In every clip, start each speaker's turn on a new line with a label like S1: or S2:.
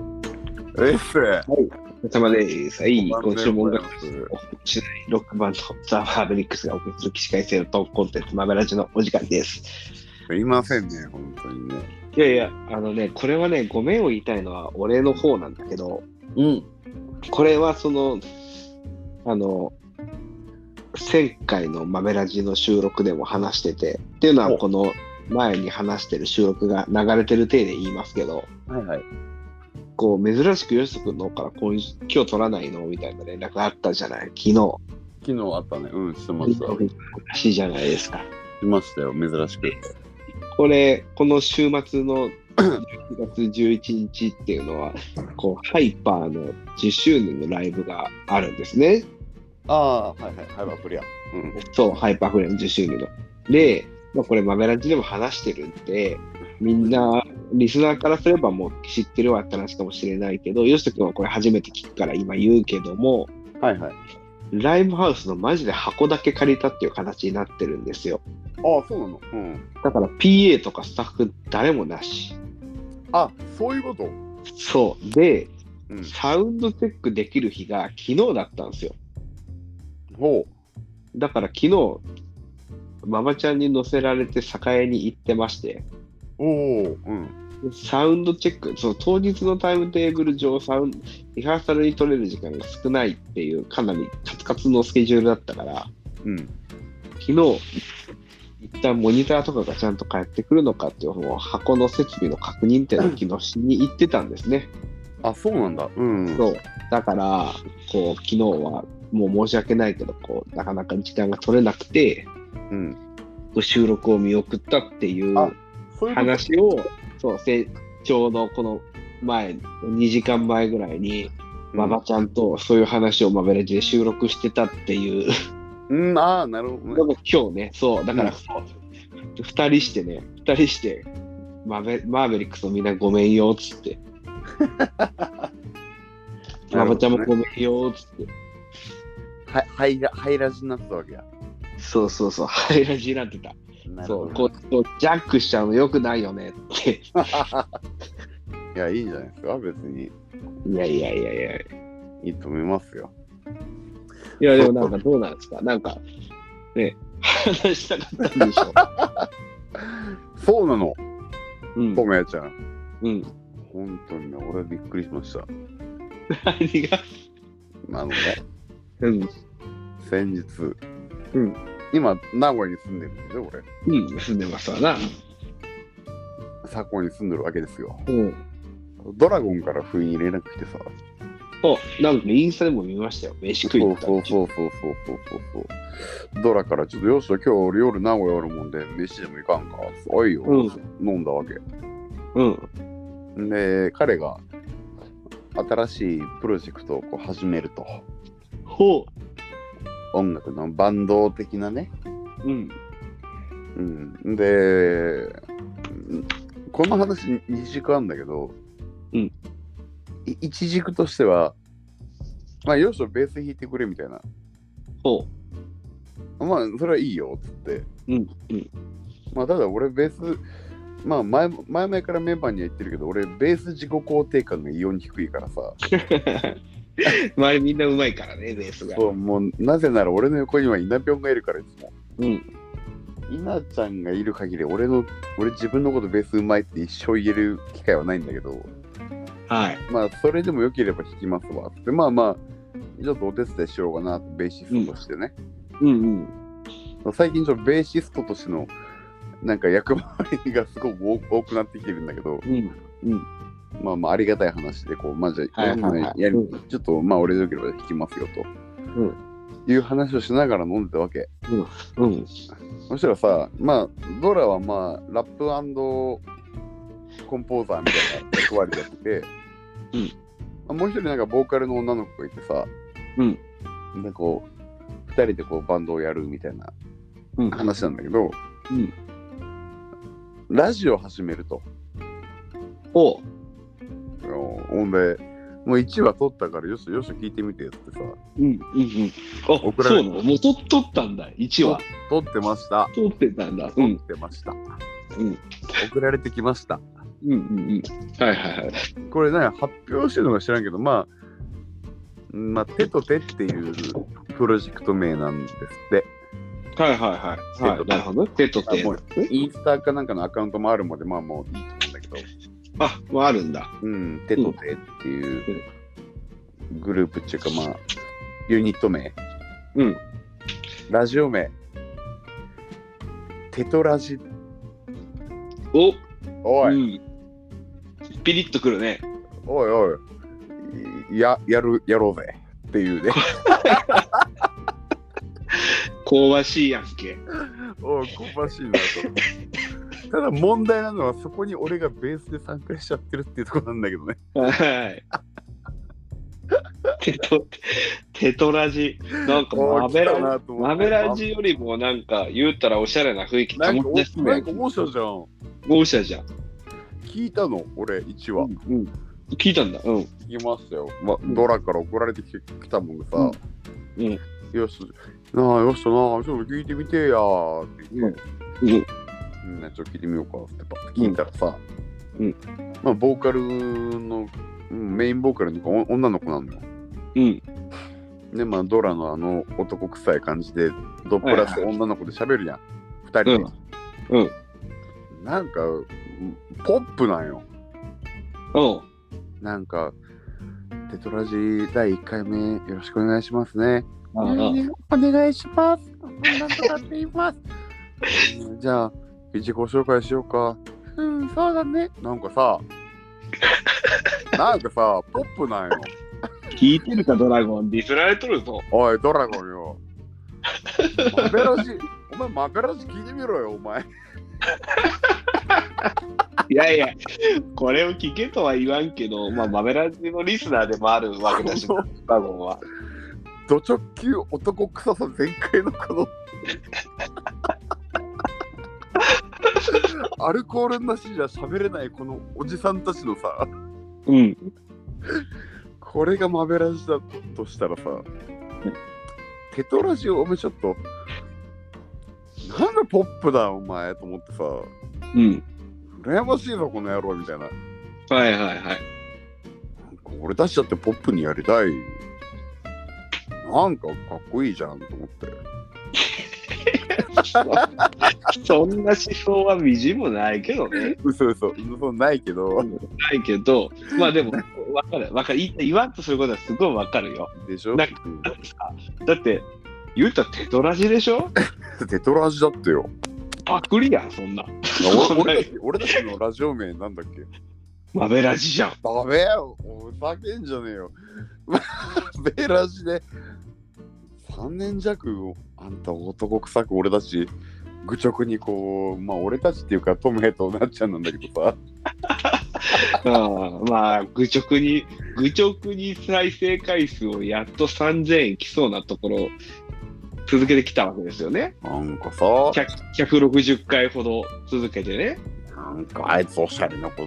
S1: えっす。
S2: お疲れ様です。はい、
S1: お疲れ様
S2: 今週も音楽
S1: です
S2: をしないロックバンドザ・ファーブリックスがお送りする起死回生のトークコンテンツ、マメラジのお時間です。
S1: いませんね、本当にね。
S2: いやいや、あのね、これはね、ごめんを言いたいのは俺の方なんだけど、うん。これはその、あの、前回のマメラジの収録でも話してて、っていうのは
S1: お
S2: この前に話してる収録が流れてる体で言いますけど、
S1: はいはい。
S2: こう珍しくよしとくんの方から今今日取らないのみたいな連絡あったじゃない昨日
S1: 昨日あったね。うん、してました。
S2: 珍しいじゃないですか
S1: しましたよ、珍しく。
S2: これこの週末の11月11日っていうのはこうハイパーの10周年のライブがあるんですね
S1: ああ、はいはい。はい、バプリア。うん。
S2: そうハイパーフレーム10周年ので、まあ、これマメラジでも話してるんでみんなリスナーからすればもう知ってるわって話かもしれないけどよしとくんはこれ初めて聞くから今言うけども
S1: はいはい。あ
S2: ライブハウスのマジで箱だけ借りたっていう形になってるんですよ。
S1: あ、そうなの。うん。
S2: だから PA とかスタッフ誰もなし。
S1: あ、そういうこと
S2: そう。で、
S1: うん。
S2: サウンドチェックできる日が昨日だったんですよ。
S1: ほ
S2: だから昨日、ママちゃんに乗せられて栄に行ってまして、
S1: う。おお。うん。
S2: サウンドチェック、その当日のタイムテーブル上、サウンリハーサルに取れる時間が少ないっていう、かなりカツカツのスケジュールだったから、
S1: うん。
S2: 昨日、一旦モニターとかがちゃんと返ってくるのかっていうのを箱の設備の確認っていうのを昨日しに行ってたんですね。
S1: あ、そうなんだ。うん。
S2: そうだからこう昨日はもう申し訳ないけどこうなかなか時間が取れなくて
S1: うん。
S2: 収録を見送ったっていう
S1: あそういうこと
S2: 話をそうせちょうどこの前2時間前ぐらいにママちゃんとそういう話をマベラジで収録してたっていう
S1: うん、ああ、なるほ
S2: で
S1: どね。
S2: も 今日ね、そう、だから、
S1: うん
S2: そう二人してね、二人して、マーベマーベリックスをみんなごめんよ、っ つって。ママちゃんもごめんよ、っつって。
S1: は、はいら、はいらじになってたわけや。
S2: そうそうそう、ハイラジになってた。
S1: なる
S2: そ
S1: ほ
S2: う
S1: ど
S2: こう、こうジャックしちゃうのよくないよねって。
S1: いや、いいんじゃないですか。別に。
S2: いやいやいやいや。い
S1: いいと思いますよ。
S2: や、でもなんかどうなんですかなんか、ね、話したかったんでし ょ。
S1: そうなの。
S2: うん
S1: と。もやちゃん。
S2: うん。
S1: 本当にね、俺はびっくりしました。
S2: 何が
S1: なので、
S2: うん。
S1: 先日、
S2: うん、
S1: 今、名古屋に住んでるんでしょ、俺。
S2: うん、住んでますわな。
S1: 佐古に住んでるわけですよ。
S2: うん。
S1: ドラゴンから不意に連絡来てさ。
S2: そう、なんかインスタでも見ましたよ。飯食い
S1: そ
S2: に行
S1: う
S2: った
S1: そうそうそうそうそうそうそう。ドラから、ちょっとよっしゃ、今日俺夜名古屋おるもんで、飯でも行かんか。おいよ、
S2: うん
S1: 飲んだわけ。
S2: うん。
S1: で、彼が、新しいプロジェクトをこう始めると。
S2: ほ
S1: 音楽のバンド的なね。
S2: う。うん。
S1: うん、で、うんこの話2軸あるんだけど、
S2: うん
S1: い一軸としては、まあ、よしょ、ベース弾いてくれみたいな。
S2: ほ
S1: まあ、それはいいよ、つって。
S2: う。うん。うん。
S1: まあ、ただ俺、ベース、まあ前も、前々からメンバーには言ってるけど、俺、ベース自己肯定感が異様に低いからさ、
S2: 周りみんなうまいからね、ベースが。
S1: そうもう、なぜなら俺の横には稲ぴょんがいるから、いつも。
S2: うん。
S1: 稲ちゃんがいる限り、俺の、俺自分のことベースうまいって一生言える機会はないんだけど、
S2: はい。
S1: まあ、それでも良ければ弾きますわ。で、まあまあ、ちょっとお手伝いしようかな、ベーシストとしてね。
S2: うん
S1: 最近、ちょっとベーシストとしての、なんか役割がすごく多多くなってきてるんだけど、
S2: うん。うん。
S1: まあまあ、ありがたい話で、こう、まあじゃあ、
S2: はいはいはい。
S1: やる
S2: うん
S1: ちょっと、まあ、俺でよければ弾きますよと。いう話をしながら飲んでたわけ。
S2: うん。
S1: そしたらさ、まあ、ドラはまあ、ラップコンポーザーみたいな役割やってて、
S2: うん
S1: まあもう一人なんかボーカルの女の子がいてさ、
S2: うん
S1: なんかこう、二人でこうバンドをやるみたいな
S2: うん。
S1: 話なんだけど、
S2: うん
S1: ラジオ始めると。
S2: ほ
S1: ほんで、もう1話撮ったから、よしよし聞いてみてよってさ、
S2: う。うん。うん。うん。あ、
S1: 送ら
S2: そう
S1: れ
S2: なのもうと取ったんだ、1話。
S1: 撮ってました。
S2: 取ってたんだ。う
S1: 撮
S2: ん。
S1: ってました。
S2: うん。
S1: 送られてきました。
S2: うんうんうん。はいはいはい。
S1: これね、発表してるのか知らんけど、まあ、まあ、手と手っていうプロジェクト名なんですって。
S2: はいはいはい。はい、なるほど。手と手。
S1: あもうインスタかなんかのアカウントもあるまで、まあもういいと思うんだけど、
S2: あ、もうあるんだ。
S1: うん、手と手っていうグループっていうか、まあ、ユニット名、
S2: うん。
S1: ラジオ名、テトラジ、
S2: お、
S1: おい、
S2: うん。ピリッとくるね。
S1: おいおい、いや、やる、やろうぜっていうね。
S2: 香ばしいやんけ。
S1: おう香ばしいなと思う。ただ問題なのはそこに俺がベースで参加しちゃってるっていうところなんだけどね。
S2: はい。テト、テトラジ。なんか
S1: お
S2: マベ
S1: う来た
S2: ラ、
S1: なと思って
S2: マベラジよりもなんか言うたらおしゃれな雰囲気
S1: なんか
S2: 保って
S1: おなんか面白いじゃん。
S2: おしゃれじゃん。
S1: 聞いたの俺1話。
S2: うんうん聞いたんだ。うん。
S1: 聞きましたよ。まあ、ドラから送られてきてきたもんでさ。
S2: うんうん
S1: よし、なあよしとなあ、ちょっと聞いてみてやーって言って、
S2: うん
S1: みんなちょっと聞いてみようかってパッと聞いたらさ、
S2: うん
S1: まあ、ボーカルの、うんメインボーカルの子お女の子なのよ。
S2: うん。
S1: でまあドラのあの男臭い感じでドップラス
S2: はい
S1: 女の子で喋るやん、二人で、
S2: うんうん
S1: なんかうんポップなんよ
S2: おう
S1: なんかテトラジー第1回目よろしくお願いしますね
S2: ああ
S1: お願いしますなんとかって言います じゃあ自己紹介しようかうんそうだねなんか さなんかさポップなんよ
S2: 聞いてるか、ドラゴン。ディスられとるぞ。
S1: おい、ドラゴンよ。マベラジ、お前マベラジ聞いてみろよ、お前。
S2: いやいや、これを聞けとは言わんけど、まあ、マベラジのリスナーでもあるわけだし、ドラゴンは。
S1: ド直球男臭さ全開のこの。アルコールなしじゃ喋れないこのおじさんたちのさ、
S2: うん。
S1: これがマベラジだとしたらさ、テトラジをお前ちょっと、なんでポップだお前と思ってさ、
S2: うん。
S1: 羨ましいぞこの野郎みたいな。
S2: はいはいはい。
S1: 俺たちだってポップにやりたいなんかかっこいいじゃんと思って
S2: そんな思想はみじんもないけどね。
S1: 嘘嘘嘘ないけど
S2: ないけど、まあでも、わかる、わかる。い言わんとすることはすごいわかるよ。
S1: でしょ
S2: なんだってさ、だって、言うたらテトラジでしょ
S1: うんテトラジだって よ
S2: パクリやん、そんな。
S1: 俺俺たち俺たちのラジオ名なんだっけ
S2: マベラジじゃん。
S1: ダメよおふざけんじゃねえよ ベラジで3年弱あんた男臭く俺たち愚直にこうまあ俺たちっていうかトムヘイとなっちゃんなんだけどさ
S2: うんまあ、愚直に、愚直に再生回数をやっと3000いきそうなところ、続けてきたわけですよね。
S1: なんかさ
S2: 100 160回ほど続けてね。
S1: なんかあいつおしゃれなこ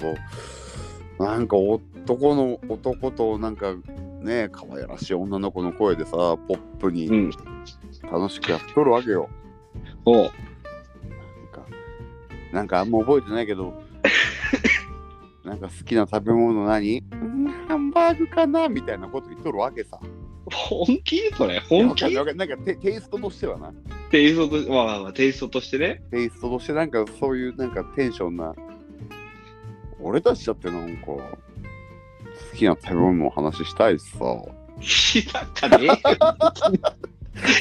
S1: となんか男の男となんかね可愛らしい女の子の声でさポップ
S2: う
S1: に
S2: ん。
S1: 楽しくやっとるわけよ、な
S2: おう
S1: んかなんかあんま覚えてないけ どなんか好きな食べ物何うんハンバーグかなみたいなこと言っとるわけさ
S2: 本気それ本気
S1: いやわかんないなんかテテイストとしてはな
S2: テイストと、まあまあまあ、テイストとしてね。
S1: テイストとしてなんかそういうなんかテンションな俺たちだってなんか好きな食べ物の話したいしさ
S2: したかねえよ。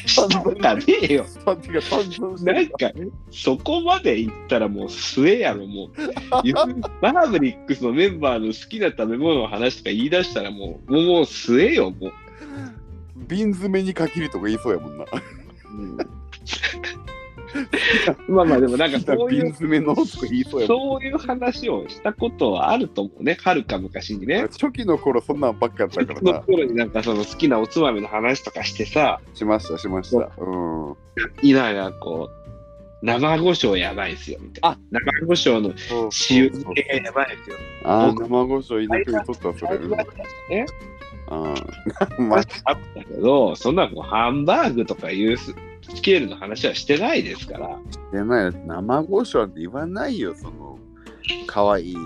S2: したかねえよ。
S1: さてか散々して
S2: なん
S1: る
S2: か、そこまで行ったらもう末や ろ、もう。バーブリックスのメンバーの好きな食べ物の話とか言い出したらもう、もうもう末よ、もう。
S1: 瓶詰めに限るとか言いそうやもんな
S2: まあまあ、でもなんかそうい
S1: 瓶
S2: う、
S1: 詰めのとか言いそうやもん
S2: そういう話をしたことはあると思うね、はるか昔にね。
S1: 初期の頃そんなんばっかだったか
S2: そ
S1: らな
S2: の頃になんかその好きなおつまみの話とかしてさ、
S1: しましたしましたうん
S2: 今やこう、生胡椒やばいですよ、みたいな。生胡椒の
S1: そうそう
S2: 塩
S1: そう
S2: 漬けがやばいですよ。
S1: あー生ごしょ稲にとったわそれうん
S2: ね、
S1: あ
S2: ま
S1: ー
S2: あったけど、そんなこうハンバーグとかいうススケールの話はしてないですから。
S1: 出ない生ごしょなんて言わないよその可愛い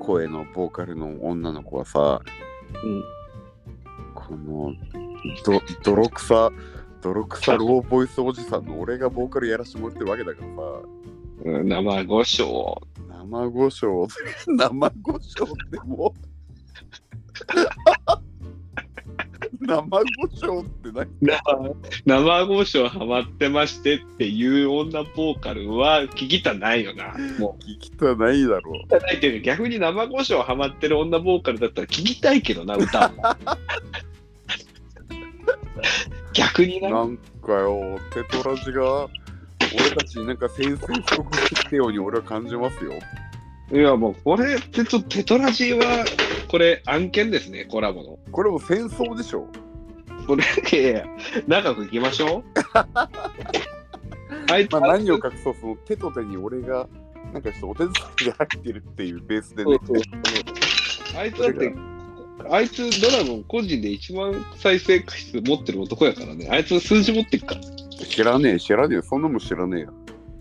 S1: 声のボーカルの女の子はさ、
S2: うん
S1: このど泥臭泥臭ローボイスおじさんの俺がボーカルやらしてもらってるわけだからさ
S2: うん、生ごしょ
S1: 生ごしょう 生ごしょう ってもう生ごしょうって何
S2: う。生ごしょうハマってましてっていう女ボーカルは聞きたないよな。も
S1: 聞きたないだろ
S2: う。聞きたないっていうか逆に生ごしょうハマってる女ボーカルだったら聞きたいけどな、歌 も。逆にな。
S1: なんかよテトラジが俺たちになんか先生すごく来てように俺は感じますよ
S2: いやもうこれってちょっとテトラジーはこれ案件ですね、コラボの。
S1: これも戦争でしょ
S2: これ、いやいや長くいきましょう。 あいつ、
S1: まあ、何を隠そう、その手と手に俺が、なんかちょっとお手伝いで入ってるっていうベースでね、
S2: あいつだって、あいつドラゴン個人で1万再生回数持ってる男やからね。あいつ数字持ってっか
S1: 知らねえ、知らねえ、そんなもん知らねえよ。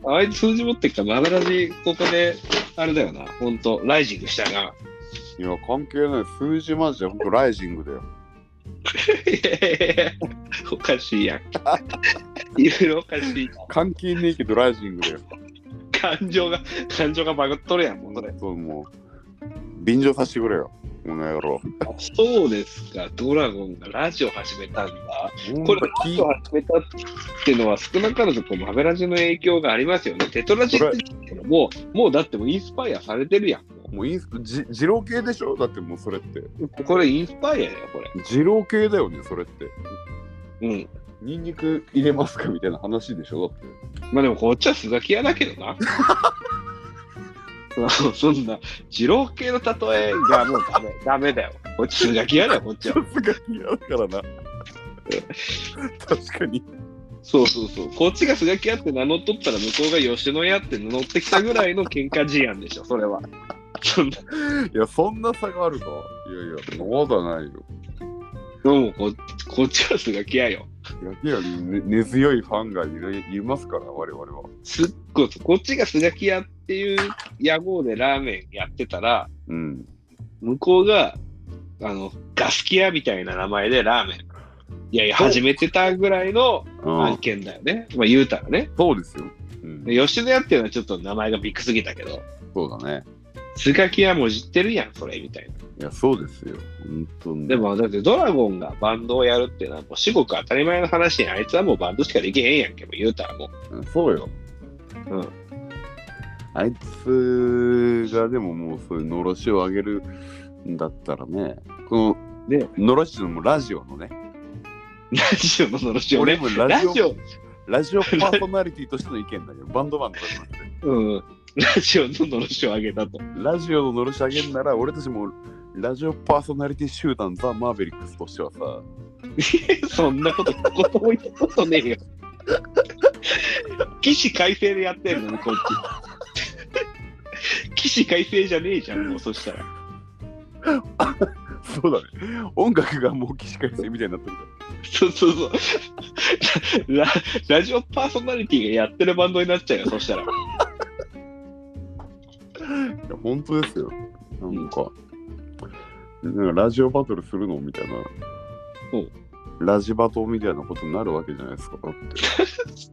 S2: ら。あいつ数字持ってっから、マブラジ、ここで、あれだよな、ほんと、ライジングしたな。
S1: いや、関係ない、数字マジで、ほんとライジングだよ。
S2: おかしいやん。 いろいろおかしい。
S1: 関係ねえけど、ライジングだよ。
S2: 感情が、感情がバグっとるやん、もうそれ。
S1: そう、もう、便乗させてくれよ、この野郎。
S2: そうですか、ドラゴンがラジオ始めたんだ。
S1: ほん
S2: ことれ、ラ
S1: 聞
S2: ジオ
S1: い
S2: 始めたっていうのは、少なからずこうマベラジの影響がありますよね。テトラジっていうのも、もうだってもうインスパイアされてるやん。も
S1: もういいっすじ二郎系でしょだってもうそれって。
S2: うこれインスパイアだよ、こ
S1: 二郎系だよね、それって。
S2: れ。うん。
S1: ニンニク入れますかみたいな話でしょだって。
S2: まあでも、こっちはスガキ屋だけどな。 そうそんな、二郎系の例えがもうダメダメだよ。こっちスガキ屋だよ、こっち
S1: さ
S2: は。
S1: すがに嫌だからな。確かに。
S2: そうそうそう。こっちがスガキ屋って名乗っとったら、向こうが吉野屋って名乗ってきたぐらいの喧嘩事案でしょ、それは。そんない
S1: や、そんな差があるか。いやいや、そんなことはないよ。
S2: どうもこ、こっちはスガキ屋よ。
S1: やけやに、ね、根強いファンがいるいますから、我々は。
S2: すっごい、こっちがスガキ屋っていう屋号でラーメンやってたら、
S1: うん。
S2: 向こうが、あの、ガスキ屋みたいな名前でラーメン。いやいや、
S1: そう
S2: 始めてたぐらいの
S1: う
S2: 案
S1: ん、
S2: 件だよね。まあ言うたらね。
S1: そうですよ。うん、
S2: で吉野屋っていうのはちょっと名前がビッグすぎたけど、
S1: そうだね。
S2: スガキ屋も知ってるやん、それみたいな。
S1: いや、そうですよ。本当に。
S2: で、もだってドラゴンがバンドをやるっていうのはもう至極当たり前の話にあいつはもうバンドしかできへんやんけもう言うたらも
S1: うん、そうよ。
S2: う、うん、
S1: あいつがでももうそういうのろしを上げるんだったらね、この、ね
S2: ね、
S1: のろしのもラジオのね、
S2: ラジオののろしを
S1: 俺
S2: ね
S1: もラ
S2: ラ
S1: ジオ
S2: ジオ、
S1: ラジオパーソナリティとしての意見だけど、バンドマンとかじゃなくて。
S2: うん、ラジオののろしを上げたと
S1: ラジオののろし上げるなら、俺たちもラジオパーソナリティ集団ザ・マーベリックスとしてはさ、
S2: そんなことことも言ったことねえよ起死回生でやってるのにこっち起死回生じゃねえじゃんもうそしたら
S1: そうだね。音楽がもう起死回生みたいになってるから。
S2: そうそうそうララジオパーソナリティがやってるバンドになっちゃうよそしたら
S1: いや、本当ですよ。なんか、なんかラジオバトルするのみたいな。ラジバトみたいなことになるわけじゃないですか。だって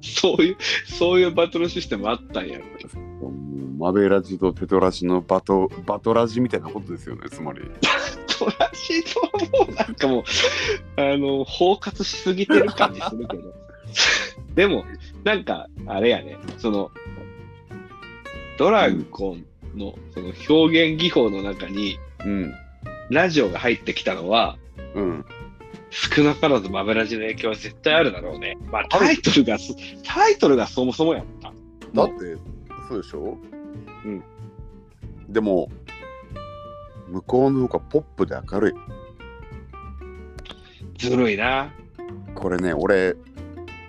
S2: そういう、そういうバトルシステムあったんやろ。
S1: もうマベラジとテトラジのバトバトラジみたいなことですよね、つまり。
S2: トラジとはもうなんかもう、あの、包括しすぎてる感じするけど。 でも、なんか、あれやね、その、ドラゴンのその表現技法の中に、
S1: うん。
S2: ラジオが入ってきたのは、
S1: うん。
S2: 少なからずマブラジの影響は絶対あるだろうね。まあ、タイトルがす、タイトルがそもそもやった。
S1: だって、そうでしょ
S2: うん。
S1: でも、向こうの方がポップで明るい。
S2: ずるいな。
S1: これね、俺、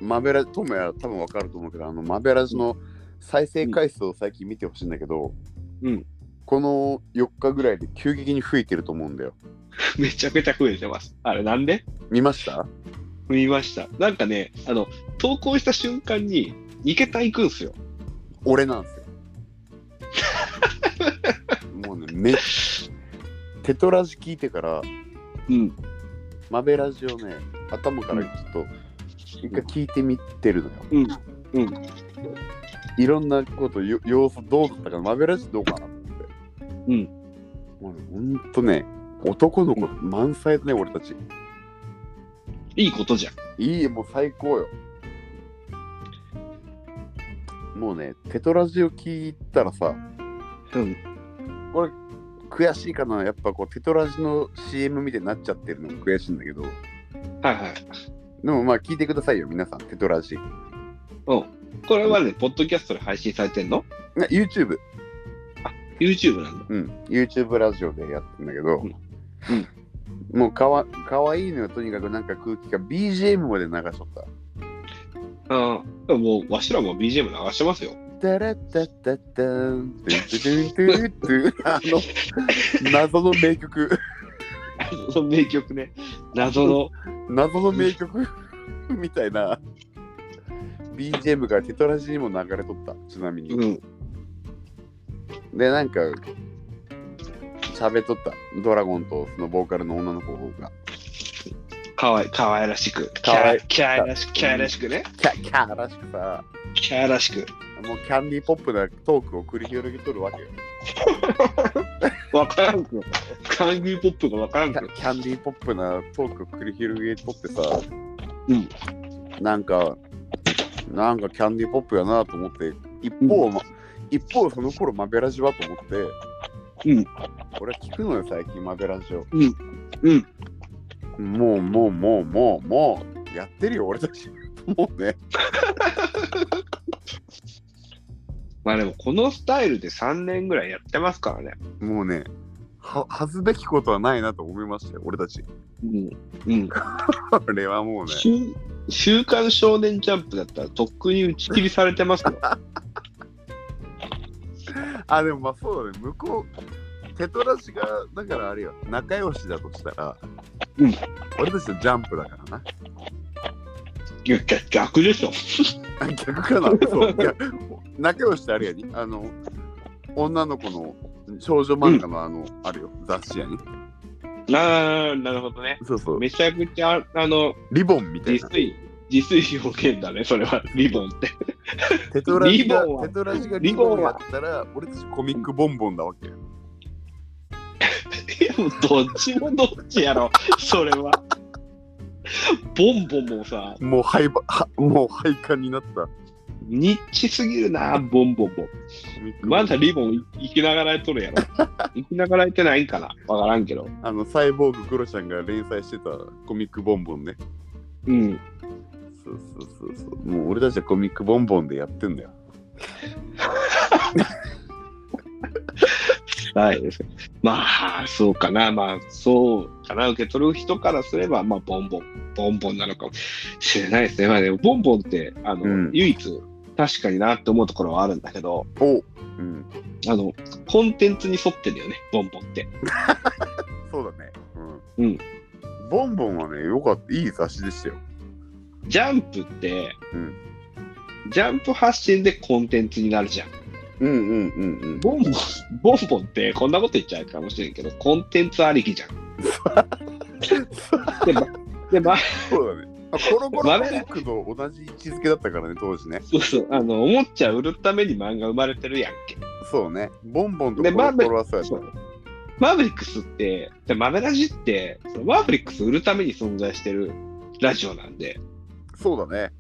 S1: マベラ、トムや多分わかると思うけど、あの、マベラジの再生回数を最近見てほしいんだけど、
S2: うん。
S1: この4日ぐらいで急激に増えてると思うんだよ。
S2: めちゃくちゃ増えてます。あれなんで
S1: 見ました
S2: 見ました。なんかね、あの、投稿した瞬間に、2桁行くんすよ。
S1: 俺なんですよ。もうね、めっテトラジ聞いてから
S2: うん。
S1: マベラジをね頭からちょっと一回聞いてみてるのよ
S2: うんうん
S1: いろんなことよ要素どうだったかマベラジどうかなと思って
S2: うん
S1: もうねほんとね男の子満載だね俺たち
S2: いいことじゃん。
S1: いいもう最高よもうねテトラジを聞いたらさ
S2: うん。
S1: 悔しいかなやっぱこうテトラジの CM みたいになっちゃってるのも悔しいんだけどで
S2: はいはい。
S1: もまあ聞いてくださいよ皆さんテトラジ
S2: うん。これはね、ポッドキャストで配信されてんの
S1: な YouTube、
S2: ?YouTube なんだ。
S1: うん、YouTube ラジオでやってんだけど、
S2: うん
S1: もうかわかわいいのよとにかくなんか空気が BGM まで流しとった
S2: ああ。もう、わしらも BGM 流してますよ。
S1: タラッタッタッタントゥントゥントゥントゥンあの謎の名曲
S2: その名曲ね。謎の。
S1: 謎の名曲みたいな BGM がテトラジにも流れとったちなみに、
S2: うん。
S1: でなんか喋っとったドラゴンとそのボーカルの女の子が
S2: かわい、かわいらしく。
S1: かわい
S2: キャーらしく、キャーらしくね。
S1: キャキャーらしくさ
S2: キャーらしく。
S1: もうキャンディーポップなトークを繰り広げとるわけよ
S2: わからんく。カングーポップがわからん
S1: キ
S2: く。
S1: ャキャンディーポップなトークを繰り広げとってさ
S2: うん
S1: なんかなんかキャンディーポップやなと思って一方、ま一方その頃マベラジはと思って
S2: うん
S1: 俺は聞くのよ最近マベラジを
S2: うん。
S1: もうもうもうもうもうやってるよ俺たちもうね
S2: まあでも、このスタイルで3年ぐらいやってますからね。
S1: もうね、は、恥ずべきことはないなと思いましたよ、俺たち。
S2: うん。うん。
S1: これはもうね、
S2: 週週刊少年ジャンプだったらとっくに打ち切りされて ますよ。
S1: あ、でもまあそうだね、向こう、テトラジが、だからあれよ、仲良しだとしたら、
S2: うん
S1: 俺たちとジャンプだから
S2: いや逆逆でしょ。
S1: な。 逆かな、そう、逆仲良しってあれやに、あの、女の子の少女漫画のあの、あるよ、雑誌やに。
S2: なあなるほどね。
S1: そうそう、
S2: めちゃくちゃ、あの、
S1: リボンみたい
S2: 自
S1: な。
S2: 炊、自炊表現だね、それは、リボンって。
S1: テトラジが
S2: リボン、は
S1: テトラジがリ
S2: リボ
S1: ボン
S2: ン
S1: や
S2: は
S1: ったら、俺たちコミックボンボンだわけよ。
S2: いやもうどっちもどっちやろ、それは。ボンボンもさ、
S1: もう廃盤、はもう廃刊になった。
S2: ニッチすぎるな、ボンボン
S1: コミック
S2: も。
S1: ボンボン
S2: まだリボンい生きながらえとるやろ。生きながらえてないんかなわからんけど。
S1: あの、サイボーグクロちゃんが連載してたコミックボンボンね。
S2: うん。
S1: そうそうそうそう。もう俺たちはコミックボンボンでやってんだよ。
S2: はい。まあ、そうかな。まあ、そうかな。受け取る人からすれば、まあ、ボンボン、ボンボンなのかもしれないですね。まあね、ボンボンって、あの、
S1: うん
S2: 唯一、確かになって思うところはあるんだけど、
S1: おうん。
S2: あの、コンテンツに沿ってんだよね、ボンボンって。
S1: そうだね。
S2: う
S1: うんん。ボンボンはね、よかった。いい雑誌でしたよ。
S2: ジャンプって、
S1: うん
S2: ジャンプ発信でコンテンツになるじゃん。
S1: うんうんうん
S2: ボンボン、ボンボンって、こんなこと言っちゃうかもしれんけど、コンテンツありき じゃん。で、ま、で、ま、
S1: そうだね。あコロコロコミックと同じ位置づけだったからね、当時ね。
S2: そうそう、あの、おもちゃ売るために漫画生まれてるやんけ。
S1: そうね。ボンボンとコ
S2: で
S1: ロ
S2: マ
S1: コ
S2: ーベ
S1: ロはそうやっ
S2: そうマーベリックスって、でマベラジって、そのマーベリックス売るために存在してるラジオなんで、
S1: た。そうだね。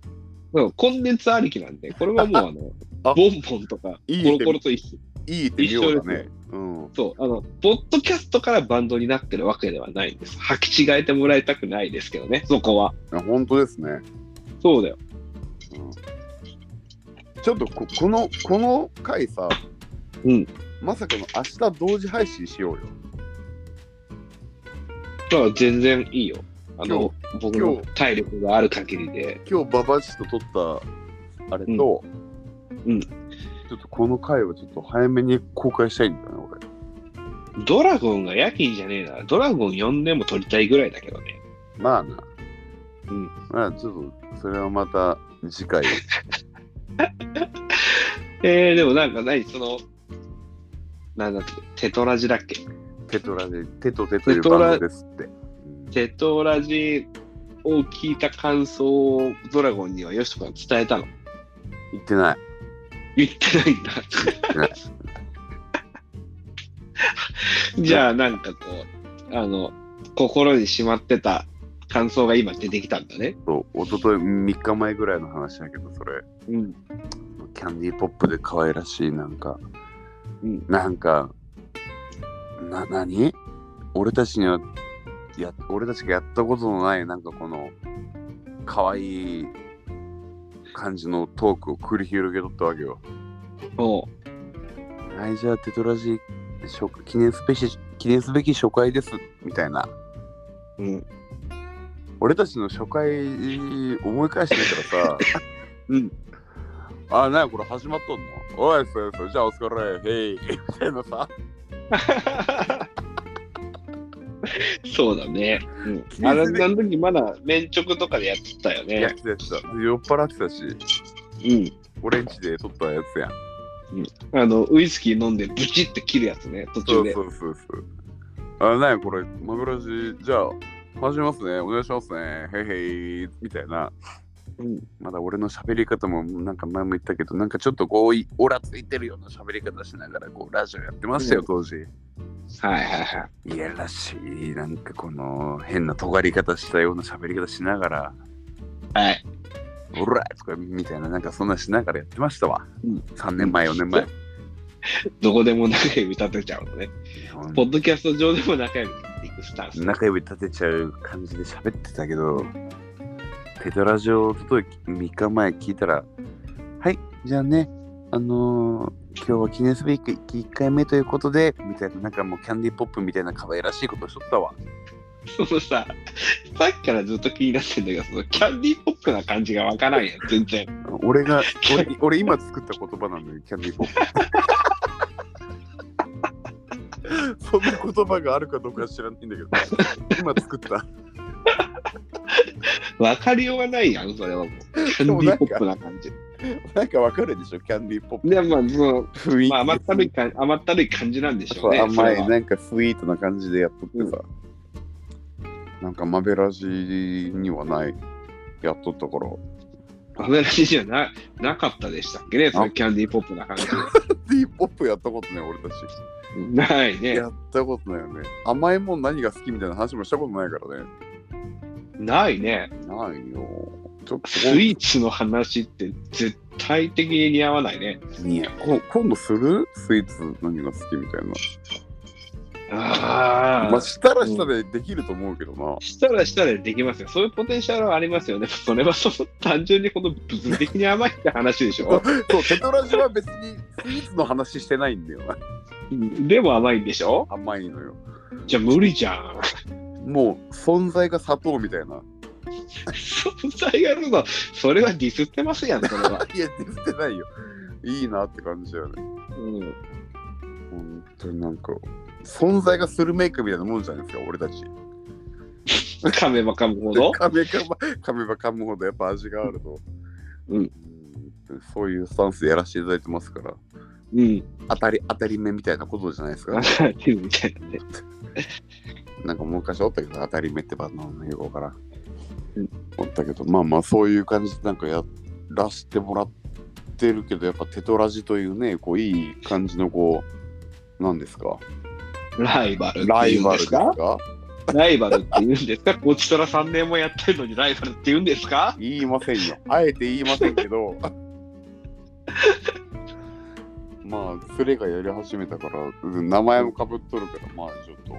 S2: うんコンテンツありきなんで、これはもうあの
S1: あ、
S2: ボンボンとか、
S1: いい
S2: コ
S1: ね
S2: ロコロと一緒。
S1: いいって妙だ
S2: 一緒で
S1: ね。うん。
S2: そう、あの、ポッドキャストからバンドになってるわけではないんです。履き違えてもらいたくないですけどね、そこは。
S1: あ本当ですね。
S2: そうだよ。
S1: ちょっとここのこの回さ、
S2: うん、
S1: まさかの明日同時配信しようよ。
S2: だから全然いいよ。あの、僕の
S1: 今
S2: 体力がある限りで。
S1: 今日ババチと撮ったあれと、
S2: うんうん
S1: ちょっとこの回をちょっと早めに公開したいんだよね、俺。
S2: ドラゴンが夜勤じゃねえな。ドラゴン呼んでも撮りたいぐらいだけどね。
S1: まあな。
S2: うん。
S1: まあちょっとそれはまた次 回。
S2: えー、でもなんか何その、なんだっけ、テトラジだっけ。
S1: テトラで、テトテというバンドですって。うん
S2: テトラジを聞いた感想をドラゴンにはよしとか伝えたの。
S1: 言ってない。
S2: 言ってない んだ
S1: てない。
S2: じゃあ、なんかこう、あの、心にしまってた感想が今出てきたんだね。
S1: そう、一昨日3日前ぐらいの話だけど、それ。
S2: うん。
S1: キャンディーポップで可愛らしいなんか、
S2: うん
S1: なんかな何俺たちにはや俺たちがやったことのないなんかこの可愛い感じのトークを繰り広げとったわけよ。
S2: おう
S1: はいじゃあテトラジ初記念スペシ記念すべき初回ですみたいな
S2: うん。
S1: 俺たちの初回思い返してみたらさ
S2: うん。
S1: あなんやこれ始まっとんのおいそうそうじゃあお疲れへいみたいなさ
S2: そうだね。うん、あれ、あの時まだ面直とかでやってたよ
S1: やっ
S2: ね。
S1: てたやってた酔っ払ってたし
S2: うん。
S1: 俺んちで撮ったやつやん
S2: あの、ウイスキー飲んでブチって切るやつね、途
S1: そ
S2: 中
S1: う
S2: で。
S1: そうそうそうあなんやこれマグラジじゃあ始めますねお願いしますねへいへいみたいな
S2: うん
S1: まだ俺の喋り方もなんか前も言ったけどなんかちょっとこういオラついてるような喋り方しながらこうラジオやってましたよ
S2: うん
S1: 当時、
S2: はいはいはい。
S1: いやらしいなんかこの変な尖り方したような喋り方しながら
S2: はい。
S1: オラとかみたいななんかそんなしながらやってましたわ、
S2: うん
S1: 3年前4年前
S2: どこでも中指立てちゃうのね。ポッドキャスト上でも中指立てていくスタンス。
S1: 中指立てちゃう感じで喋ってたけど、ペトラジオを届き3日前聞いたら、はい、じゃあね、あのー今日は記念すべき1回目ということで、みたいな、なんかもうキャンディーポップみたいな可愛らしいことしとったわ。
S2: そのさ、さっきからずっと気になってんだけど、そのキャンディーポップな感じがわからんやん、全然。
S1: 俺 が、俺俺今作った言葉なのよ、キャンディー ポップ。そんな言葉があるかどうか知らないんだけど、今作った。
S2: わかりようがないやん、それはもう。キャンディーポップな感じ。
S1: なんかわかるでしょ、キャンディーポップ。
S2: で、まあ、その、
S1: 雰囲気
S2: まあ、甘ったるい感甘ったるい感じなんでしょ
S1: そうう
S2: ね。
S1: 甘
S2: それ
S1: い
S2: は
S1: なんかスイートな感じでやっとってさ、なんかマベラジにはないやっとったから
S2: 話じゃななかったでしたっけね、その
S1: あ
S2: キャンディーポップな感じ。
S1: ディーポップやったことない俺たち
S2: ないね
S1: や。ったことないよね甘いもん何が好きみたいな話もしたことないからね
S2: ないね。
S1: ないよちょっと
S2: スイーツの話って絶対的に似合わないね。
S1: いやこ今度するスイーツ何が好きみたいな
S2: あ
S1: まあしたらしたでできると思うけどな、
S2: したらしたらできますよ。そういうポテンシャルはありますよね。 それはその単純にこの物的に甘いって話でし ょ。
S1: そうテトラジは別にスイーツの話してないんだよな
S2: うんでも甘いんでしょ
S1: 甘いのよ
S2: じゃあ無理じゃん。
S1: もう存在が砂糖みたいな
S2: 存在があるの、それはディスってますやん、それは。
S1: いや、出てないよ。いいなって感じだよね。
S2: うん、
S1: 本当になんか、存在がするメイクみたいなもんじゃないですか、俺たち。
S2: 噛めば噛むほど。
S1: 噛めば噛めば噛むほどやっぱ味があると。
S2: うん
S1: うんそういうスタンスでやらせていただいてますから、
S2: うん。
S1: 当たり、当たり目みたいなことじゃないですか。
S2: みたいなね。
S1: なんか昔おったけど、当たり目ってばのよくわからん
S2: うん。
S1: おったけど、まあまあ、そういう感じでなんかやらせてもらってるけど、やっぱテトラジというね、こう、いい感じのこう、なんですか
S2: ライバルって
S1: ライ
S2: 言うん
S1: バルです
S2: で
S1: す
S2: か
S1: か
S2: ライバルって言うんですかこちとら3年もやってるのにライバルって言うんですか
S1: 言いませんよ。あえて言いませんけど。 まあ、スレがやり始めたから、うん名前もかぶっとるから、まあちょっと。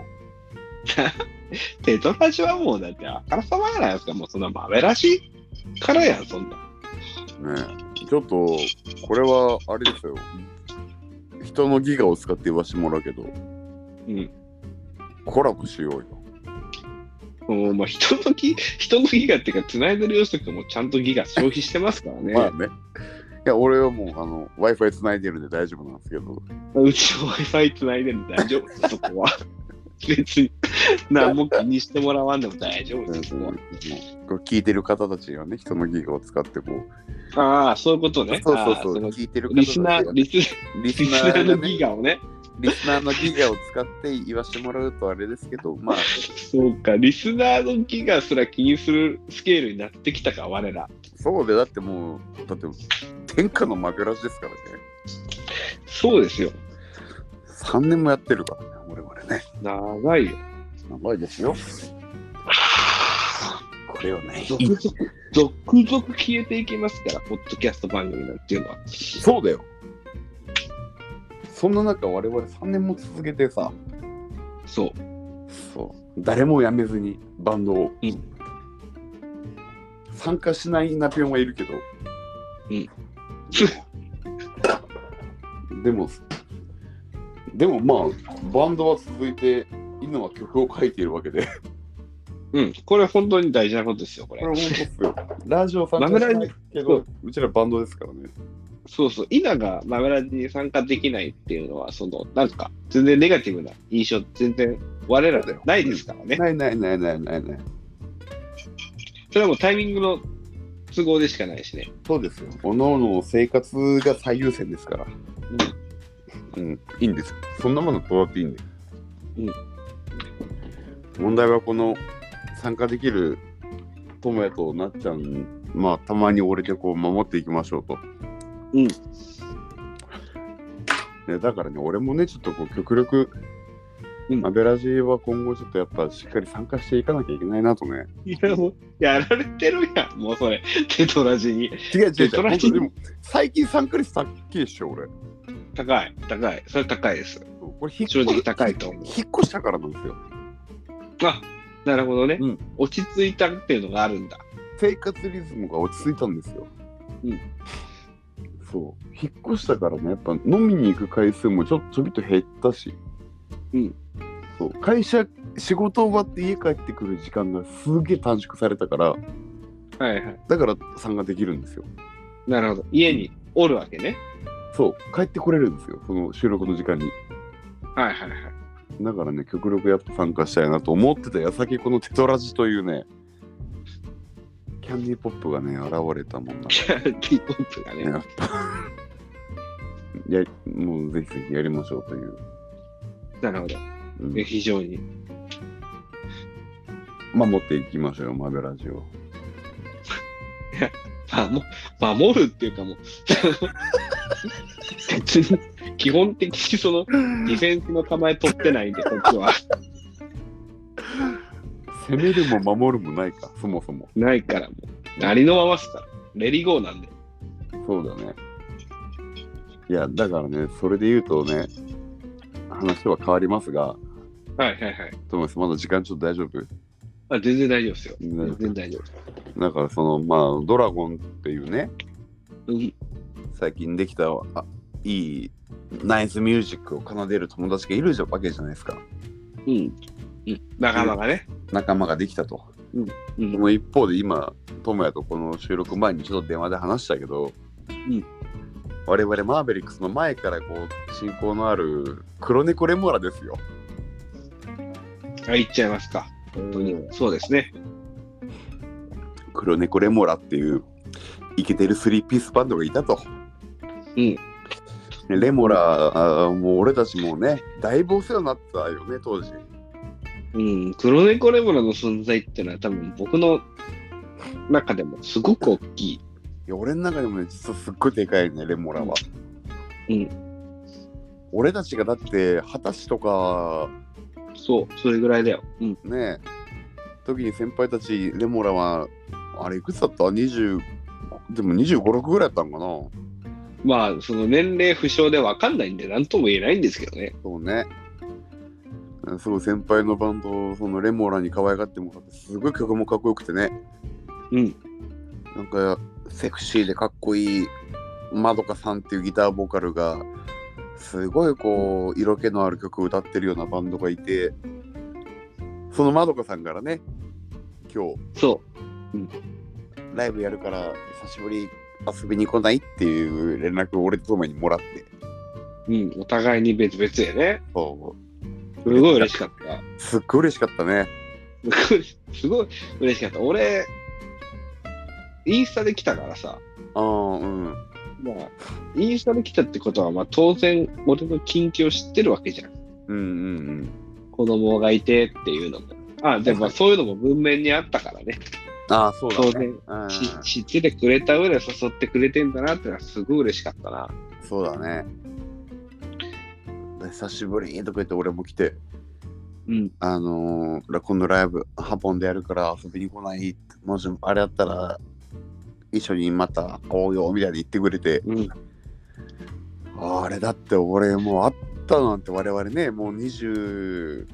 S2: テトラジはもうだってあからさまやないですかもうそんな豆らしいからやん、そんな。
S1: ねえちょっと、これはあれですよ。人のギガを使って言わしてもらうけど、
S2: うん。
S1: コラボしようよ。
S2: もうまあ人のギ 人のギガっていうか、つないでる様子とかもちゃんとギガ消費してますからね。
S1: まあね。いや、俺はもう、あの、Wi-Fi つないでるんで大丈夫なんですけど、
S2: うちも Wi-Fi つないでる大丈夫です、そこ は。別に何も気にしてもらわんでも大丈夫です、そこ
S1: もうこれ聞いてる方たちがね、人のギガを使ってこう、
S2: は。ああ、そういうことね。
S1: そうそう
S2: ああ
S1: そう、
S2: の
S1: 聞いてる方た
S2: リ
S1: ち
S2: ス
S1: が
S2: ナ
S1: ね
S2: ー、リス
S1: リ
S2: リスナーのギガをね、
S1: リスナーのギガを使って言わしてもらうとあれですけど、まあ、
S2: そうか、リスナーのギガすら気にするスケールになってきたか、我ら。
S1: そうで、だってもう、だって、天下のマグラジですからね。
S2: そうですよ。
S1: 3年もやってるからね、我々ね。
S2: 長いよ。
S1: 長いですよ。これをね、
S2: 続々、続々消えていきますから、ポッドキャスト番組なんていうのは。
S1: そうだよ。そんな中、我々3年も続けてさ、
S2: そう。
S1: そう誰も辞めずにバンドを、
S2: うん
S1: 参加しないナピオンはいるけど、
S2: うん
S1: でもでもまあバンドは続いて犬は曲を書いて いるわけで
S2: うん、これ本当に大事なことですよ、
S1: こ
S2: これ
S1: れ。本当っすよラジオ参加しないけ
S2: そ
S1: ど
S2: う
S1: うちらバンドですからね
S2: そうそう、稲がマメラジに参加できないっていうのは、その、なんか、全然ネガティブな印象、全然、我らではないですからね。
S1: ないないないないないない
S2: それはもうタイミングの都合でしかないしね。
S1: そうですよおのの生活が最優先ですからうん、いいんですよそんなものどうだっていいんで問題はこの参加できる友也となっちゃんまあたまに俺でこう守っていきましょうと
S2: うん
S1: ね、だからね俺もねちょっとこう極力
S2: うん
S1: アベラジーは今後ちょっとやっぱしっかり参加していかなきゃいけないなとね
S2: いや、もう、やられてるやん、もうそれ。 テトラジに。
S1: 違う違う違う
S2: トラ
S1: 本
S2: ジ
S1: 当でも最近参加率高いっしょ俺
S2: 高い、高い。それ高いです。
S1: これ引っ越
S2: 正直高いと思う
S1: 引っ越したからなんですよ
S2: あ、なるほどね。
S1: うん
S2: 落ち着いたっていうのがあるんだ。
S1: 生活リズムが落ち着いたんですよ。
S2: うん
S1: そう引っ越したからねやっぱ飲みに行く回数もちょちょびっと減ったし、
S2: うん
S1: そう会社仕事終わって家帰ってくる時間がすげえ短縮されたから
S2: はいはい。
S1: だから参加できるんですよ
S2: なるほど。家におるわけね。
S1: そう帰ってこれるんですよその収録の時間に
S2: はいはいはい。
S1: だからね極力やっぱ参加したいなと思ってた矢先このテトラジというねキャンディーポップがね現れたもんだ
S2: キ ャラティーポップがね。
S1: やっぱやもうぜひぜひやりましょうという、
S2: なるほど。
S1: うん
S2: え非常に。
S1: 守っていきましょうよマベラジオ
S2: 守守るっていうかもう 別に基本的にそのディフェンスの構え取ってないんでこっちは
S1: 攻めるも守るもないかそもそも
S2: ないからもうありのままっすからレリゴーなんで
S1: そうだねいやだからねそれで言うとね話は変わりますが
S2: はいはいはい
S1: トムスまだ時間ちょっと大丈夫
S2: あ全然大丈夫ですよ
S1: 大丈夫
S2: 全然大丈夫です
S1: だからそのまあドラゴンっていうね
S2: うん
S1: 最近できたあいいナイスミュージックを奏でる友達がいるわけじゃないですか
S2: うん、うん、仲間がね、
S1: 仲間ができたと
S2: うん
S1: その一方で今、トモヤとこの収録前にちょっと電話で話したけど、
S2: うん
S1: 我々マーベリックスの前からこう親交のある黒猫レモラですよ。
S2: あ行っちゃいますか本当に、そうですね
S1: 黒猫レモラっていうイケてるスリーピースバンドがいたと。
S2: うん
S1: レモラ、あもう俺たちもね、だいぶお世話になったよね、当時。
S2: うん黒猫レモラの存在っていうのは多分僕の中でもすごく大きい
S1: いや俺の中でもね実はすっごいでかいねレモラは
S2: うん
S1: 俺たちがだって二十歳とか
S2: そうそれぐらいだようん
S1: ね時に先輩たちレモラはあれいくつだった20でも2 5 6ぐらいだったのかな
S2: まあ、その年齢不詳で分かんないんで、なんとも言えないんですけどね。
S1: そうねうんすごい先輩のバンドをそのレモラに可愛がってもらってすごい曲もかっこよくてね
S2: うん。
S1: なんかセクシーでかっこいいまどかさんっていうギターボーカルがすごいこう色気のある曲を歌ってるようなバンドがいてそのまどかさんからね今日
S2: そ
S1: ライブやるから久しぶり遊びに来ないっていう連絡を俺とともにもらって
S2: う。うん。お互いに別々やね。
S1: そう
S2: すごい嬉しかった。
S1: すっごい嬉しかったね
S2: すごい嬉しかった。俺、インスタで来たからさ、
S1: ああうん
S2: まあ、インスタで来たってことは、まあ、当然、俺の近況知ってるわけじゃん。
S1: うんうん
S2: 子供がいてっていうのも。あ、でもまあそういうのも文面にあったからね。
S1: ああそうだ
S2: 当
S1: ね
S2: 然、
S1: うん
S2: し知っててくれた上で誘ってくれてんだなってのはすごい嬉しかったな。
S1: そうだね久しぶりとか言って俺も来て
S2: うん。
S1: あのー、今度ライブハポンでやるから遊びに来ないもしあれやったら一緒にまた会おうよみたいに言ってくれて
S2: うん。
S1: あれだって俺もう会ったなんて我々ねもう22、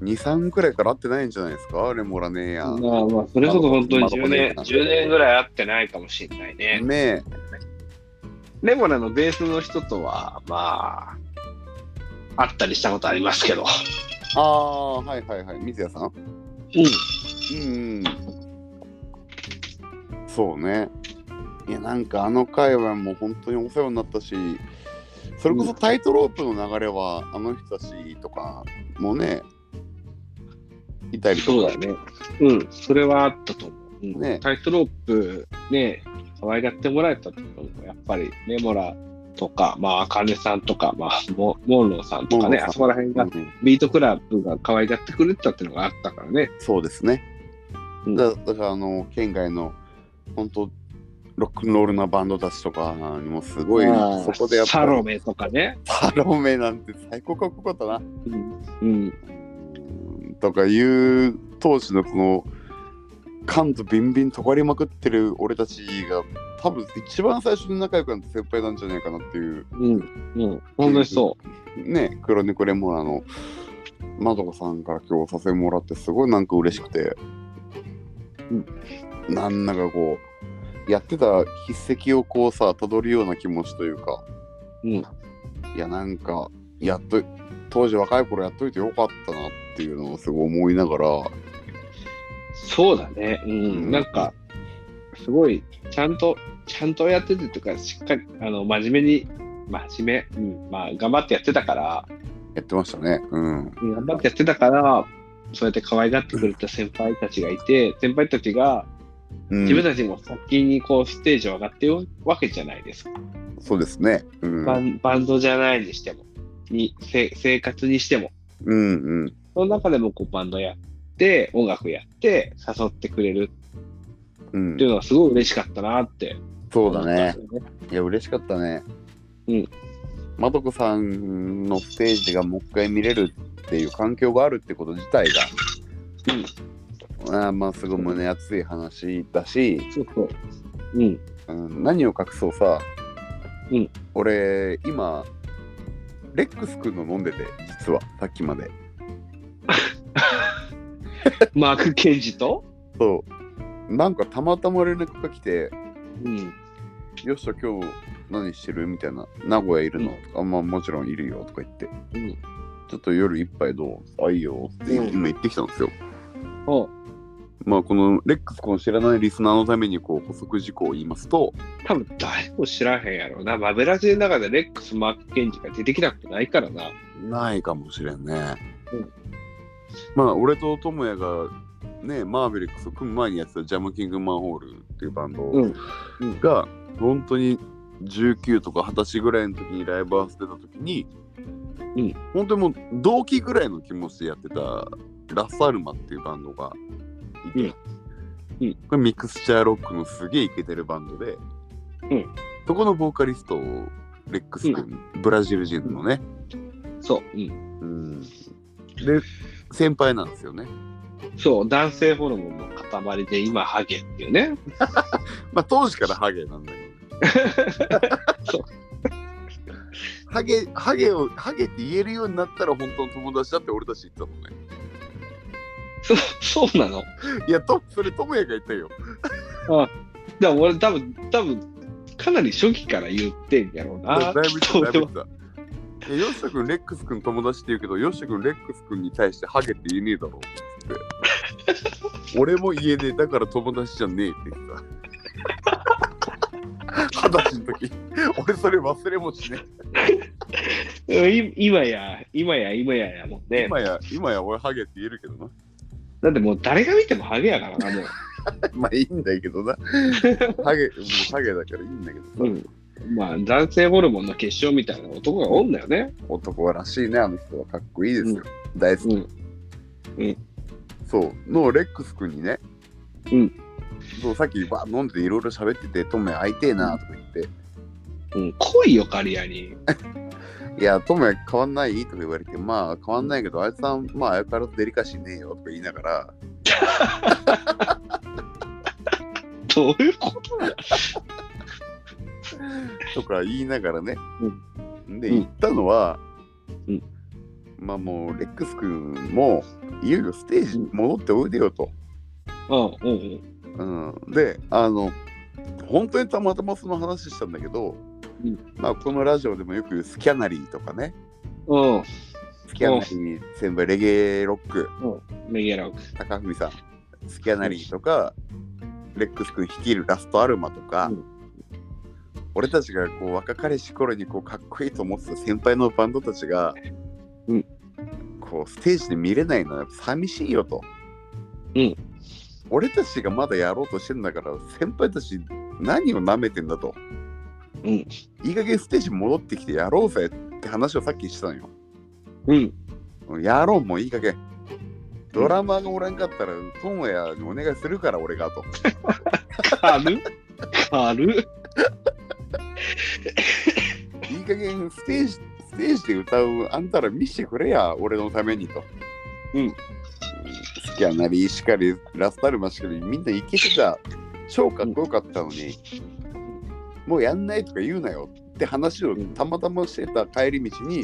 S1: 3くらいから会ってないんじゃないですかレモラネーやん。ね
S2: まあまあ、それこそ本当に
S1: まだ
S2: 10年、
S1: まだ
S2: 10年ぐらい会ってないかもしれないね。
S1: え。
S2: レモラのベースの人とは、まあ、会ったりしたことありますけど。
S1: ああ、はいはいはい。水谷さん。
S2: う
S1: うん、うん。そうね。いや、なんかあの会はもう本当にお世話になったし、それこそタイトロープの流れはあの人たちとかもね、いたりと
S2: そう
S1: か
S2: だね。うん。それはあったと思う。うん
S1: ね
S2: タイトロープ、ね、可愛がってもらえたってことも、やっぱり、レモラとか、まあ、あかねさんとか、まあ、モモンローさんとか
S1: モンロー
S2: ね、
S1: さん
S2: あそこら辺が、
S1: うん
S2: ビートクラブが可愛がってくれてたっていうのがあったからね。
S1: そうですね。
S2: うん
S1: だだからあの県外の本当ロックンロールなバンドたちとかにもすごい
S2: まあ
S1: そこでやっぱ
S2: サロ
S1: り
S2: メとかね。
S1: サロメなんて最高かっこよかったな。
S2: うん。うん
S1: うんとかいう当時のこの感度ビンビンとがりまくってる俺たちが多分一番最初に仲良くなった先輩なんじゃないかなっていう
S2: うん、うん、本当にそ
S1: ね黒猫レモラのまどこさんから今日させてもらってすごいなんか嬉しくて、なんだかこうやってた筆跡をこうさたどるような気持ちというか
S2: う。うん、
S1: いやなんかやっと当時若い頃やっといてよかったなっていうのをすごい思いながら
S2: そうだね。うん、なんか、すごい、ちゃんと、ちゃんとやっててとか、しっかり、あの、真面目に、真面目、うん、まあ、頑張ってやってたから、
S1: やってましたねうん
S2: うん頑張ってやってたから、そうやって可愛がってくれた先輩たちがいて、先輩たちが、
S1: うん
S2: 自分たちも先にこう、ステージを上がってるわけじゃないですか。
S1: そうですねうん
S2: バンバンドじゃないにしても、に、せ生活にしても。
S1: うんうん
S2: その中でもこうバンドやって、音楽やって、誘ってくれる
S1: うん
S2: っていうのはすごい嬉しかったなって
S1: そう
S2: 思
S1: だ
S2: ったん
S1: ね
S2: ですよね。
S1: いや、嬉しかったね。
S2: うん。
S1: まどこさんのステージがもう一回見れるっていう環境があるってこと自体が、あーまあ、すごい胸熱い話だし、
S2: うん、そうそう。うん、
S1: うん、何を隠そうさ、
S2: うん、
S1: 俺、今、レックス君の飲んでて、実は、さっきまで。
S2: マーク・ケンジと、
S1: そう。なんかたまたま連絡が来て、
S2: うん、
S1: よっしゃ、今日何してるみたいな、名古屋いるのとか、まあ、もちろんいるよとか言って、
S2: うん、
S1: ちょっと夜一杯どうあ、いいよって
S2: うん
S1: 今言ってきたんですよ。
S2: おう
S1: まあこのレックスこの知らないリスナーのためにこう補足事項を言いますと、
S2: 多分誰も知らへんやろうな。マベラジの中でレックス・マーク・ケンジが出てきたことないからな。
S1: ないかもしれんね。
S2: うん
S1: まあ俺と智也がね、マーベリックスを組む前にやってたジャムキングマンホールっていうバンド
S2: うん、
S1: が、本当に19とか20歳ぐらいの時にライブハウス出た時に、
S2: うん
S1: 本当にもう同期ぐらいの気持ちでやってたラッサルマっていうバンドがいて、
S2: うんうん
S1: これミクスチャーロックのすげえイケてるバンドで、
S2: うん
S1: そこのボーカリストをレックス君、ブラジル人のね、
S2: そう、うん、
S1: うんで先輩なんですよね。
S2: そう、男性ホルモンの塊で今、ハゲっていうね。
S1: まあ当時からハゲなんだ け
S2: そう
S1: ど。ハゲ、ハゲを、ハゲって言えるようになったら本当の友達だって俺たち言ったもんね。
S2: そそうなの。
S1: いや、とそれ、ともやが言ったよ。
S2: でも俺、多分多分かなり初期から言ってんやろうな。
S1: だいぶ言った、だいぶ
S2: 俺
S1: 言
S2: は
S1: った。いやヨシタ君、レックス君友達って言うけど、ヨシタ君、レックス君に対してハゲって言えねえだろっつって。俺も言えねえ、だから友達じゃねえって言 った。二十歳の時、俺それ忘れもしねえ。
S2: うんい今や、今や、今ややもんね。
S1: 今や、今や俺ハゲって言えるけどな。
S2: だってもう誰が見てもハゲやからな、もう。
S1: まあいいんだけどな。ハゲ、もうハゲだからいいんだけどさ。
S2: うん。まあ、男性ホルモンの結晶みたいな男がおんだよね。
S1: 男らしいねあの人はかっこいいですよ、大好き、
S2: うんうん
S1: そうのレックス君にね
S2: うん
S1: そうさっきバー飲んでていろいろ喋ってて「トメ会いてえな」とか言って
S2: うん、来いよ、刈谷に。
S1: 「いやトメ変わんない?」とか言われて「まあ変わんないけどあいつさんまあ相変わらずデリカシーねえよ」とか言いながら
S2: どういうことなの
S1: とか言いながらね、で
S2: うん
S1: 行ったのは、
S2: うん
S1: まあもうレックス君もいよいよステージに戻っておいでよと。
S2: ああ、うんうん。
S1: うん、であの本当にたまたまその話したんだけど、
S2: うん
S1: まあこのラジオでもよく言うスキャナリーとかね
S2: うん、
S1: スキャナリー先輩レゲエロック
S2: メゲラオク。
S1: 高文さんスキャナリーとか、レックス君率いるラストアルマとか、
S2: うん
S1: 俺たちがこう若かりし頃にこうかっこいいと思ってた先輩のバンドたちが、
S2: うん
S1: こうステージで見れないのは寂しいよと。
S2: うん
S1: 俺たちがまだやろうとしてんだから先輩たち何を舐めてんだと。
S2: うん
S1: いい加減ステージ戻ってきてやろうぜって話をさっきしてたのよ。
S2: うん、
S1: やろうもういい加減。ドラマーがおらんかったら、トモヤにお願いするから、俺がと。
S2: 軽 っ。軽っ。
S1: いい加減ステージ、ステージで歌う、あんたら見せてくれや、俺のためにと。
S2: うん。
S1: スキャナリーしかり、ラスタルマしかり、みんなイケてた。超かっこよかったのに、もうやんないとか言うなよって話を
S2: うん
S1: たまたましてた帰り道に、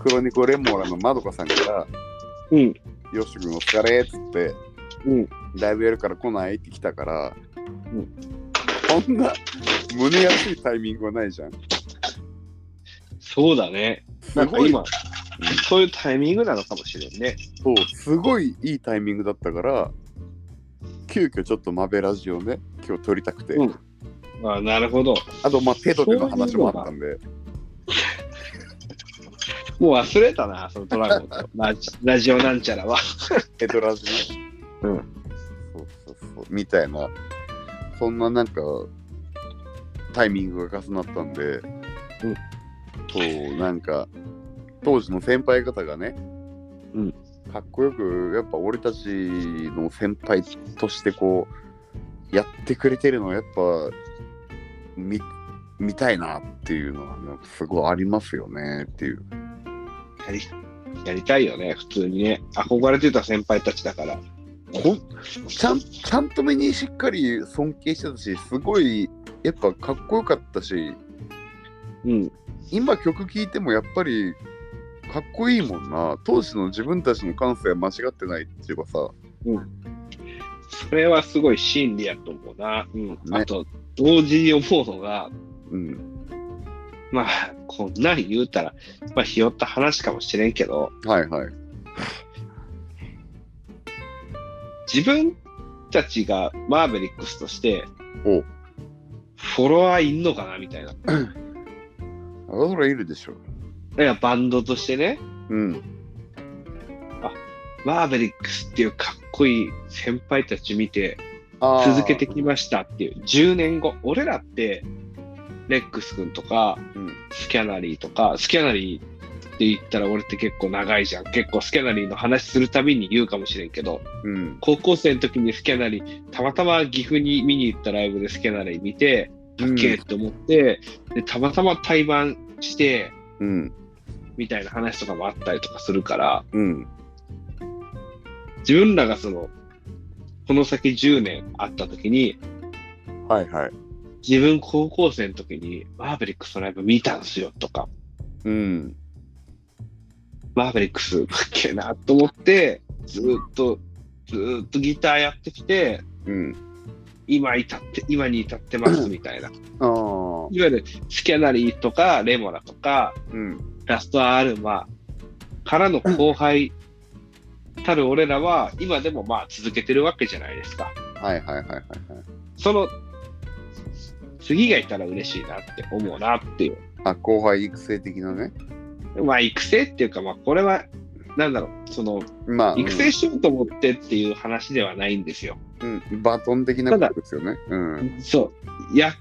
S1: 黒猫レモーラのまどかさんから、
S2: うん、
S1: よし君お疲れっつって、
S2: うん。
S1: ライブやるから来ないって来たから、
S2: うん
S1: こんな胸安いタイミングはないじゃん。
S2: そうだね。
S1: す
S2: なんか
S1: ごい、
S2: 今、そういうタイミングなのかもしれんね。
S1: そうすごいいいタイミングだったから、急遽ちょっとマベラジオね、今日撮りたくて、
S2: うんあなるほど。
S1: あと、まあ、テトテの話もあったんで、
S2: もう忘れたな、そのドラゴンと ラジラジオなんちゃらは。
S1: テトラジね。
S2: うん
S1: そうそうそう、みたいな、そんななんか、タイミングが重なったんで、
S2: ん
S1: そう、なんか、当時の先輩方がね、
S2: うん
S1: かっこよく、やっぱ俺たちの先輩としてこう、やってくれてるのはやっぱ、見、見たいなっていうのは、なんかすごいありますよねっていう。
S2: やりやりたいよね、普通にね。憧れてた先輩たちだから。
S1: ほんちゃんちゃんと目にしっかり尊敬してたしすごいやっぱかっこよかったし
S2: うん。
S1: 今曲聴いてもやっぱりかっこいいもんな当時の自分たちの感性は間違ってないっていうかさ
S2: それはすごい真理やと思うな。うん。あと、同時に思うのが、
S1: うん
S2: まあ、こんなん言うたら、まあ、ひよった話かもしれんけど、
S1: はいはい
S2: 自分たちがマーベリックスとして
S1: お、
S2: フォロワーいんのかなみたいな。
S1: あそれいるでしょ
S2: いやバンドとしてね、
S1: うん
S2: マーベリックスっていうかっこいい先輩たち見て、
S1: あー
S2: 続けてきましたっていう10年後俺らってレックス君とか
S1: うん
S2: スキャナリーとかスキャナリーって言ったら俺って結構長いじゃん結構スキャナリーの話するたびに言うかもしれんけど
S1: うん
S2: 高校生の時にスキャナリーたまたま岐阜に見に行ったライブでスキャナリー見て
S1: う
S2: かっ
S1: ん
S2: けえって思って、でたまたま対バンして
S1: うん
S2: みたいな話とかもあったりとかするから
S1: うん
S2: 自分らがそのこの先10年あった時に
S1: はいはい
S2: 自分高校生の時にマーベリックスのライブ見たんすよとか、
S1: うん
S2: マーベリックスかっけえなと思って、ずーっと、ずーっとギターやってきて、
S1: うん
S2: 今至って、今に至ってますみたいな。いわ
S1: ああ
S2: ゆるスキャナリーとかレモラとか
S1: うん
S2: ラストアルマからの後輩たる俺らは今でもまあ続けてるわけじゃないですか。
S1: はいはいはいはいはい
S2: その次がいたら嬉しいなって思うなっていう。
S1: あ後輩育成的なね
S2: まあ、育成っていうか、まあ、これは、なんだろう、その、
S1: まあ
S2: 育成しようと思ってっていう話ではないんですよ。
S1: うん、うんバトン的なことですよねうん
S2: そう。や、っ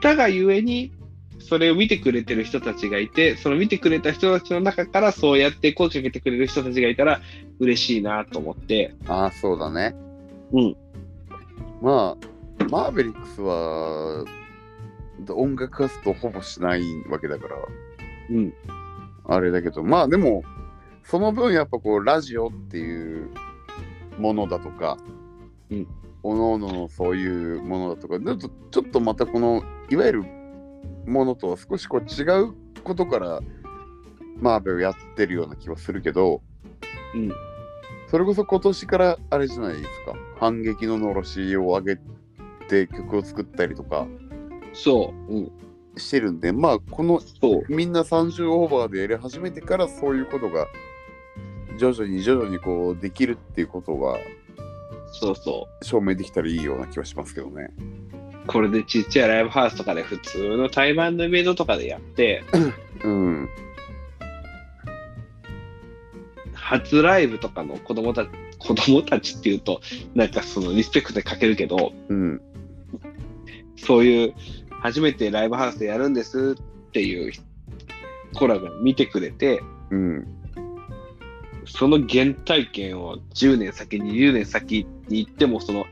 S2: たがゆえに、それを見てくれてる人たちがいて、その見てくれた人たちの中から、そうやって声かけてくれる人たちがいたら、嬉しいなと思って、
S1: ああ、そうだね。
S2: うん。
S1: まあ、マーベリックスは、音楽活動ほぼしないわけだから、
S2: うん、
S1: あれだけど、まあでも、その分やっぱこう、ラジオっていうものだとか、
S2: うん
S1: おのおののそういうものだとか、ちょっとちょっとまたこの、いわゆるものとは少しこう違うことから、マーベルやってるような気はするけど、
S2: うん、
S1: それこそ今年からあれじゃないですか反撃ののろしを上げて曲を作ったりとか
S2: そう、うん、
S1: してるんでまあこの
S2: そう、
S1: みんな30オーバーでやり始めてからそういうことが徐々に徐々にこうできるっていうことが
S2: そうそ
S1: 証明できたらいいような気はしますけどね
S2: う。これでちっちゃいライブハウスとかで普通の対バンのイベントとかでやって、
S1: うん
S2: 初ライブとかの子供たち、子供たちっていうと、なんかそのリスペクトでかけるけど、
S1: うん
S2: そういう初めてライブハウスでやるんですっていう子らが見てくれて、
S1: うん
S2: その原体験を10年先、20年先に行っても、その、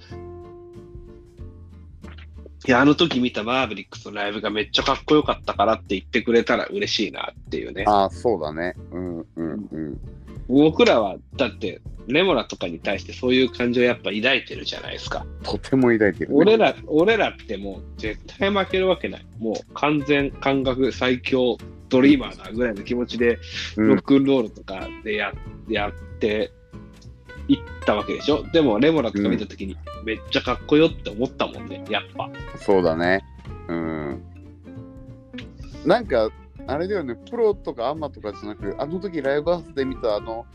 S2: いや、あの時見たマーヴェリックスのライブがめっちゃかっこよかったからって言ってくれたら嬉しいなっていうね。
S1: ああそうだねうんうんうん
S2: 僕らは、だって、レモラとかに対してそういう感情やっぱ抱いてるじゃないですか。
S1: とても抱いてる、ね、
S2: 俺ら、俺らってもう絶対負けるわけない。もう完全感覚最強ドリーマーだぐらいの気持ちで、
S1: う
S2: ロッ
S1: ん
S2: クンロールとかでや,、やっていったわけでしょ。でも、レモラとか見たときに、めっちゃかっこよって思ったもんね、やっぱ。
S1: そうだねうんなんかあれだよねプロとかアマとかじゃなくあの時ライブハウスで見たあの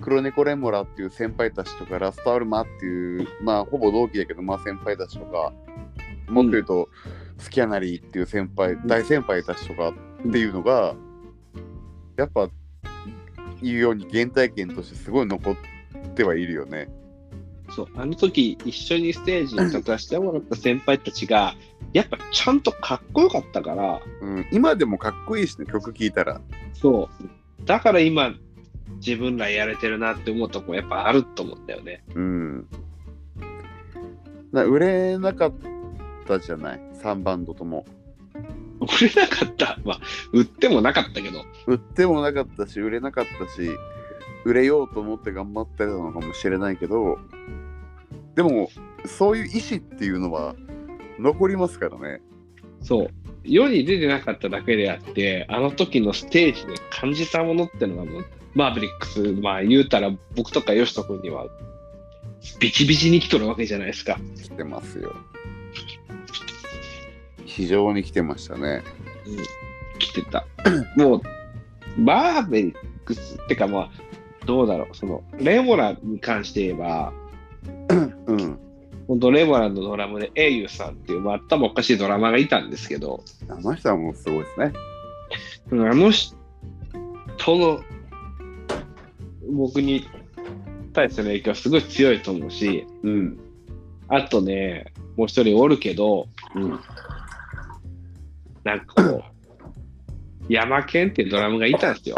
S1: 黒猫レモラっていう先輩たちとかラストアルマっていうまあほぼ同期だけどまあ先輩たちとかもっと言うと、スキャナリーっていう先輩
S2: ん
S1: 大先輩たちとかっていうのが、やっぱ言うように原体験としてすごい残ってはいるよね。
S2: そう、あの時一緒にステージに立たせてもらった先輩たちが、やっぱちゃんとかっこよかったから、
S1: うん、今でもかっこいいしね曲聴いたら。
S2: そう。だから今、自分らやれてるなって思うとこやっぱあると思うんだよね。
S1: うん。な売れなかったじゃない、3バンドとも。
S2: 売れなかった。 まあ、売ってもなかったけど。
S1: 売ってもなかったし、売れなかったし、売れようと思って頑張ってたのかもしれないけど、でも、そういう意志っていうのは残りますからね。
S2: そう。世に出てなかっただけであって、あの時のステージで感じたものってのがもう、マーヴェリックス、まあ言うたら僕とかヨシト君には、ビチビチに来とるわけじゃないですか。
S1: 来てますよ。非常に来てましたね。
S2: 来てた。もう、マーヴェリックスってかまあ、どうだろう。その、レモラに関して言えば、
S1: うん。
S2: 本当レモラのドラムで英雄さんっていう、まあ、頭おかしいドラマーがいたんですけど、
S1: あの人はもうすごいですね。
S2: うんあの人の僕に対しての影響はすごい強いと思うし、
S1: うん。
S2: あとね、もう一人おるけど、
S1: うん。
S2: なんかこう、山健っていうドラムがいたんですよ。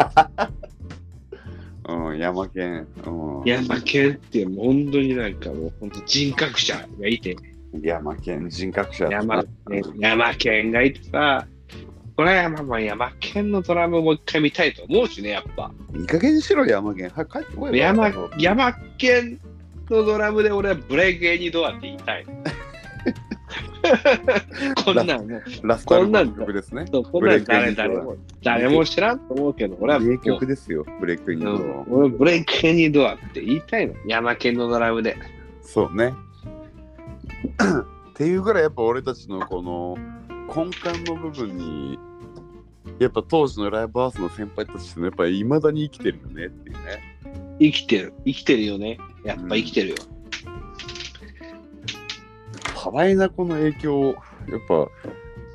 S1: うん、山県。うん。
S2: 山健っていう、もう本当になんかもう、本当人格者がいて、
S1: 山県人格者だった
S2: 山,、ね、山健がいてさ、これはまあまあ山健のドラムもう一回見たいと思うしね、やっぱ。
S1: いい加減にしろ、山県。はい、帰ってこいよ。
S2: 山
S1: この野郎
S2: 山県のドラムで俺はブレイクエニドアって言いたい。 こんなんね、
S1: ラストアルバムの曲ですね。
S2: そうこんなん
S1: ブレイクエ
S2: 誰
S1: ニドア
S2: 誰も誰も知らんと思うけど、俺はも
S1: 名
S2: う
S1: 曲ですよ、ブレイクイン
S2: う
S1: の。
S2: ん、俺ブレイクエニドアって言いたいの。山県のドラムで。
S1: そうね。っていうぐらい、やっぱ俺たちのこの根幹の部分に、やっぱ当時のライブハウスの先輩たちってのはやっぱいまだに生きてるよねっていうね。
S2: 生きてる。生きてるよね。やっぱ生きてるよ。
S1: 多大なこの影響を、やっぱ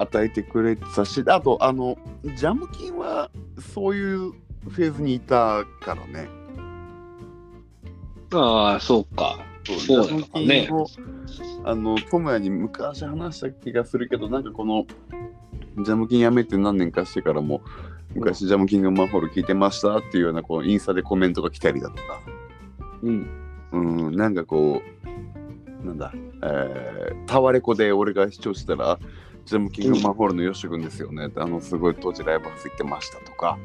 S1: 与えてくれてたし、あと、あの、ジャムキンはそういうフェーズにいたからね。
S2: ああ、そうか。そうだよね
S1: 最近もあの、トムヤに昔話した気がするけど、なんかこの、ジャムキンやめて何年かしてからも、昔ジャムキンのマンホール聞いてましたっていうような、こう、インスタでコメントが来たりだとか、
S2: うん。
S1: うん、なんかこう、なんだ、えー、タワレコで俺が視聴してたら、ジャムキンのマンホールのヨシ君ですよねって、あの、すごい当時ライブハウス行ってましたとか、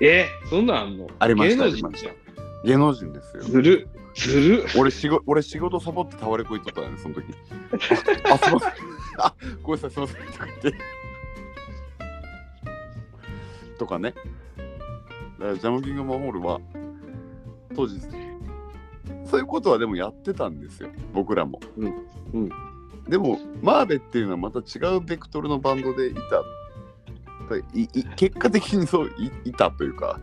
S2: えそんなんあんの
S1: ありました
S2: 芸能人じゃん
S1: あ芸能人ですよ。
S2: ずる。ずる。
S1: 俺仕事俺仕事サボってタワレコ行っとったよねその時ああすいませんあごめんなさいすいませんとか言ってとかねだからジャムキングマンホールは当時そういうことはでもやってたんですよ僕らも
S2: うんうん
S1: でもマーベっていうのはまた違うベクトルのバンドでいたやっぱりいい結果的にそういいたというか、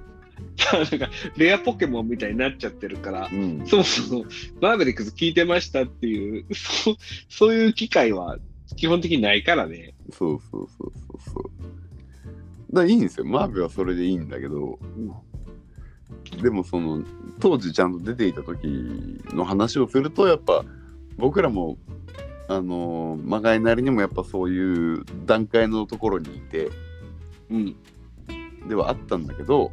S2: なんか、レアポケモンみたいになっちゃってるから
S1: う。ん、
S2: そもそも、マーベリックス聞いてましたっていう、そうそういう機会は基本的にないからね。
S1: そうそうそうそうそう。だからいいんですよ。マーベはそれでいいんだけど、でもその当時ちゃんと出ていた時の話をするとやっぱ僕らもあのーまがいなりにもやっぱそういう段階のところにいて
S2: うん。
S1: ではあったんだけど、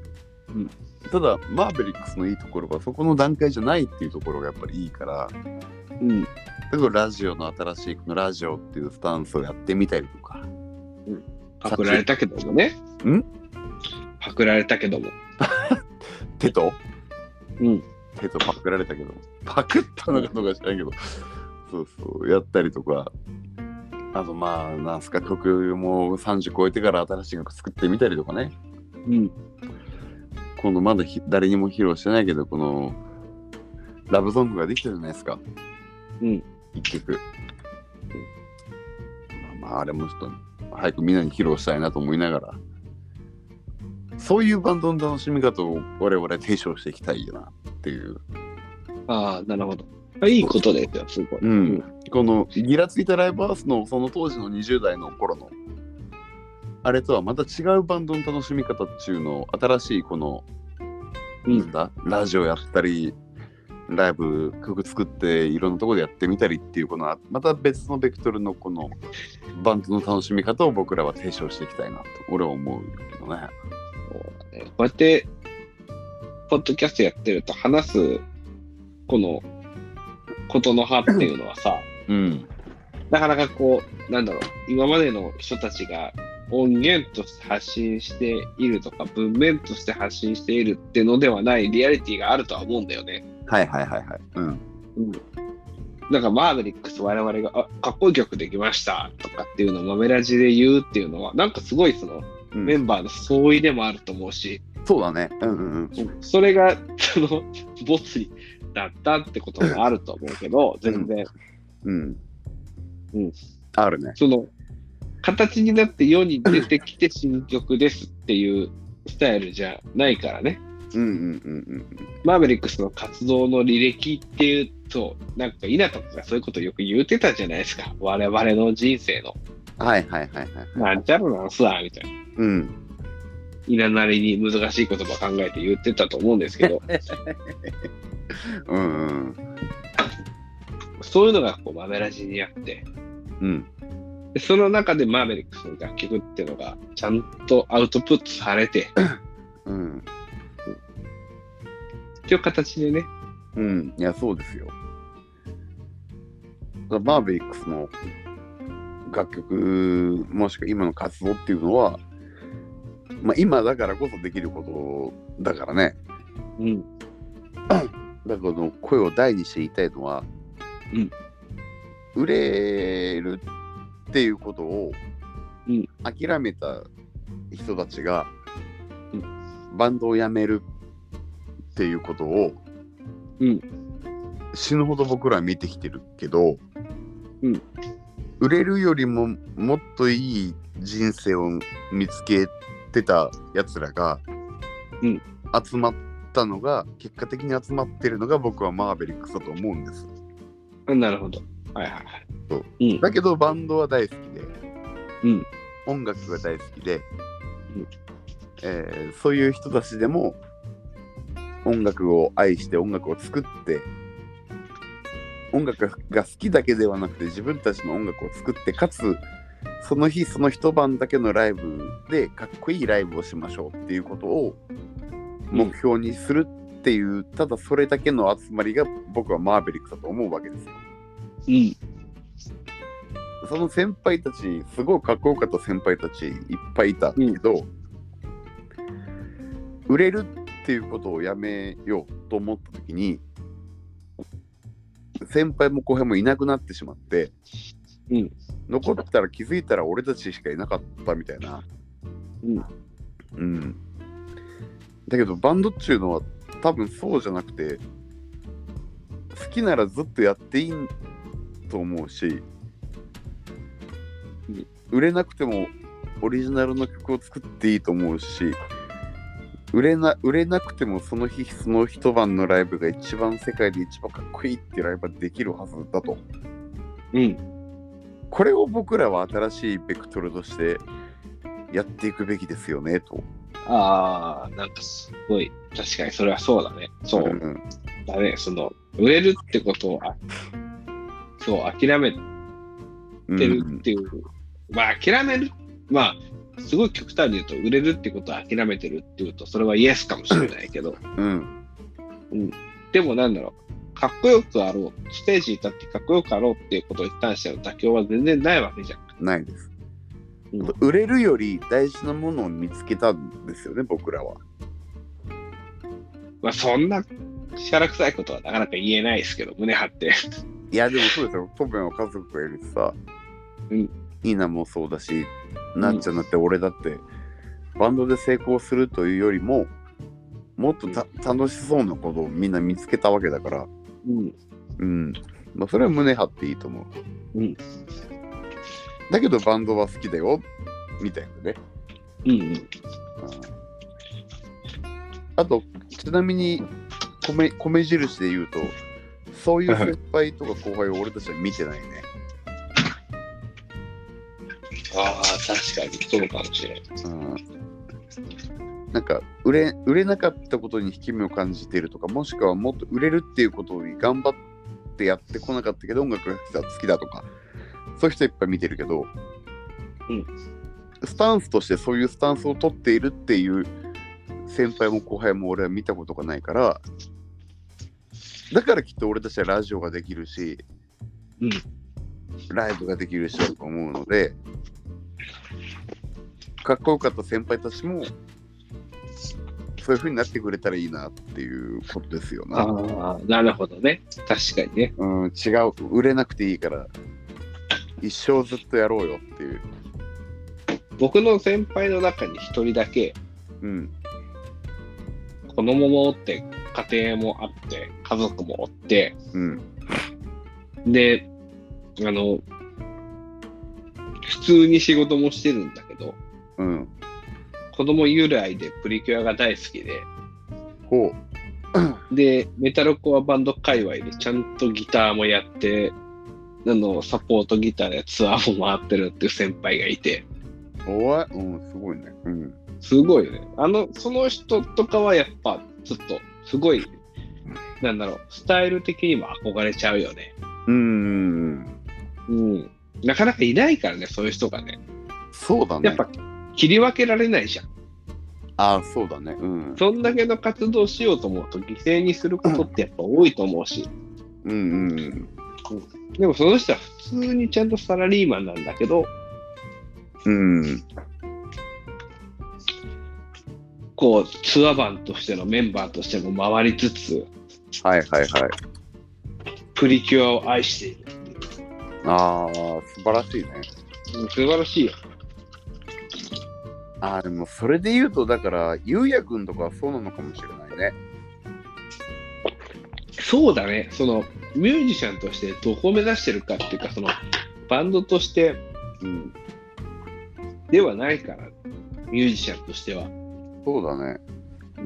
S2: うん
S1: ただマーベリックスのいいところはそこの段階じゃないっていうところがやっぱりいいから
S2: うん。
S1: だからラジオの新しいこのラジオっていうスタンスをやってみたりとか
S2: パクられたけどもね。
S1: ん
S2: パクられたけども。
S1: 手と
S2: うん。
S1: 手とパクられたけどパクったのかどうか知らんけどそうそうやったりとかあとまあなんすか曲も30超えてから新しい曲作ってみたりとかね
S2: うん。
S1: 今度まだひ誰にも披露してないけどこのラブソングができたじゃないですか
S2: うん
S1: 一曲まあまああれもちょっと早くみんなに披露したいなと思いながらそういうバンドの楽しみ方を我々は提唱していきたいよなっていう
S2: ああ、なるほど。あいいことですよ、すごい。
S1: うん、このギラついたライブハウスのその当時の20代の頃のあれとはまた違うバンドの楽しみ方っていうのを新しいこの、
S2: うん
S1: なんだラジオやったりライブ曲作っていろんなところでやってみたりっていうこのまた別のベクトルのこのバンドの楽しみ方を僕らは提唱していきたいなと俺は思うけどね。
S2: そうだねこうやって、ポッドキャストやってると話す、この、ことの葉っていうのはさ、
S1: うん、
S2: なかなかこう、なんだろう、今までの人たちが音源として発信しているとか、文面として発信しているってのではないリアリティがあるとは思うんだよね。
S1: はいはいはいはい。うん、
S2: うん。なんか、マーヴェリックス我々が、あ、かっこいい曲できましたとかっていうのをマメラジで言うっていうのは、なんかすごいその、
S1: うん
S2: メンバーの相違でもあると思うし、
S1: そうだね。うんうんうん。
S2: それが、その、ボツになったってこともあると思うけど、全然、
S1: うん、
S2: うん
S1: あるね。
S2: その、形になって世に出てきて新曲ですっていうスタイルじゃないからね。
S1: うんうんうんうん。
S2: マーベリックスの活動の履歴っていうと、なんか稲とかがそういうことよく言うてたじゃないですか。我々の人生の、
S1: はいはいはいはい。
S2: なんちゃらなんすわ、みたいな。
S1: うん。
S2: 稲なりに難しい言葉考えて言ってたと思うんですけど、
S1: うんうん。
S2: そういうのがこう、マメラジにあって、
S1: うん。
S2: でその中でマーベリックスの楽曲っていうのがちゃんとアウトプットされて
S1: うん。
S2: っていう形でね、
S1: うん。いや、そうですよ。マーベリックスの楽曲、もしくは今の活動っていうのは、まあ今だからこそできることだからね。
S2: うん、
S1: だからこの声を大にして言いたいのは、
S2: うん
S1: 売れるっていうことを
S2: うん
S1: 諦めた人たちが、
S2: う
S1: バンドを辞めるっていうことを、
S2: うん
S1: 死ぬほど僕らは見てきてるけど、
S2: うん
S1: 売れるよりももっといい人生を見つけてたやつらが、
S2: うん
S1: 集まったのが結果的に集まってるのが僕はマーベリックスだと思うんです
S2: あなるほど。はいはいはい。
S1: そう
S2: うん、
S1: だけどバンドは大好きで、
S2: うん
S1: 音楽が大好きで、
S2: うん
S1: えーそういう人たちでも音楽を愛して音楽を作って音楽が好きだけではなくて自分たちの音楽を作ってかつその日その一晩だけのライブでかっこいいライブをしましょうっていうことを目標にするっていう、ただそれだけの集まりが僕はマーベリックだと思うわけですよ。
S2: うん。
S1: その先輩たちすごいかっこよかった先輩たちいっぱいいたけど、売れるっていうことをやめようと思った時に先輩も後輩もいなくなってしまって、
S2: うん
S1: 残ったら気づいたら俺たちしかいなかったみたいな、
S2: うん
S1: うんだけどバンドっちゅうのは多分そうじゃなくて好きならずっとやっていいと思うし、
S2: うん
S1: 売れなくてもオリジナルの曲を作っていいと思うし売れな売れなくてもその日その一晩のライブが一番世界で一番かっこいいっていうライブができるはずだと
S2: うん。
S1: これを僕らは新しいベクトルとしてやっていくべきですよねと
S2: ああ、なんかすごい。確かにそれはそうだね。そう。
S1: ん
S2: だね。その、売れるってことを、あそう、諦め
S1: う
S2: ってるっ
S1: ん
S2: ていう、まあ諦めるまあすごい極端に言うと売れるってことは諦めてるっていうとそれはイエスかもしれない けど
S1: うん
S2: でもなんだろうかっこよくあろうステージに立ってかっこよくあろうっていうことに対しての妥協は全然ないわけじゃん
S1: ないです
S2: うん
S1: 売れるより大事なものを見つけたんですよね僕らは
S2: まあそんな力臭いことはなかなか言えないですけど胸張って
S1: いやでもそうですよ、トムヤは家族がいるしさ、
S2: うん
S1: イーナもそうだし、なんちゃんだって俺だって、バンドで成功するというよりも、もっとた楽しそうなことをみんな見つけたわけだから、
S2: うん
S1: うん。まあ、それは胸張っていいと思う。
S2: うん。
S1: だけどバンドは好きだよ、みたいなね。
S2: うんうん
S1: あと、ちなみに米、米印で言うと、そういう先輩とか後輩を俺たちは見てないね。
S2: ああ確かにそうかもしれない
S1: うんなんか売れ売れなかったことに引き目を感じているとかもしくはもっと売れるっていうことに頑張ってやってこなかったけど音楽が好きだとかそういう人いっぱい見てるけど、
S2: うん
S1: スタンスとしてそういうスタンスを取っているっていう先輩も後輩も俺は見たことがないからだからきっと俺たちはラジオができるし、
S2: うん
S1: ライブができるしだと思うので。かっこよかった先輩たちもそういう風になってくれたらいいなっていうことですよな。
S2: ああなるほどね確かにね
S1: うん、違う、売れなくていいから一生ずっとやろうよっていう。
S2: 僕の先輩の中に一人だけ、
S1: うん、
S2: 子供もおって家庭もあって家族もおって
S1: うん、
S2: であの普通に仕事もしてるんだけど
S1: うん。
S2: 子供由来でプリキュアが大好きで
S1: ほう。
S2: でメタルコアバンド界隈でちゃんとギターもやってあのサポートギターでツアーも回ってるっていう先輩がいて
S1: おい、うん、すごいね。うん。
S2: すごいよねあのその人とかはやっぱちょっとすごいなんだろうスタイル的にも憧れちゃうよね
S1: うん、うん。
S2: うん、なかなかいないからね、そういう人がね。
S1: そうだね。
S2: やっぱ切り分けられないじゃん。
S1: ああ、そうだね。うん。
S2: そんだけの活動しようと思うと犠牲にすることってやっぱ多いと思うし、
S1: うん、うん。
S2: でもその人は普通にちゃんとサラリーマンなんだけど、
S1: うん。
S2: こうツアーバンとしてのメンバーとしても回りつつ、
S1: はいはいはい。
S2: プリキュアを愛している。
S1: ああ、素晴らしいね。
S2: うん素晴らしいよ。
S1: ああ、でもそれで言うと、だから、ゆうやくんとかはそうなのかもしれないね。
S2: そうだね、そのミュージシャンとしてどこを目指してるかっていうか、そのバンドとして
S1: うん。
S2: ではないから、ミュージシャンとしては。
S1: そうだね。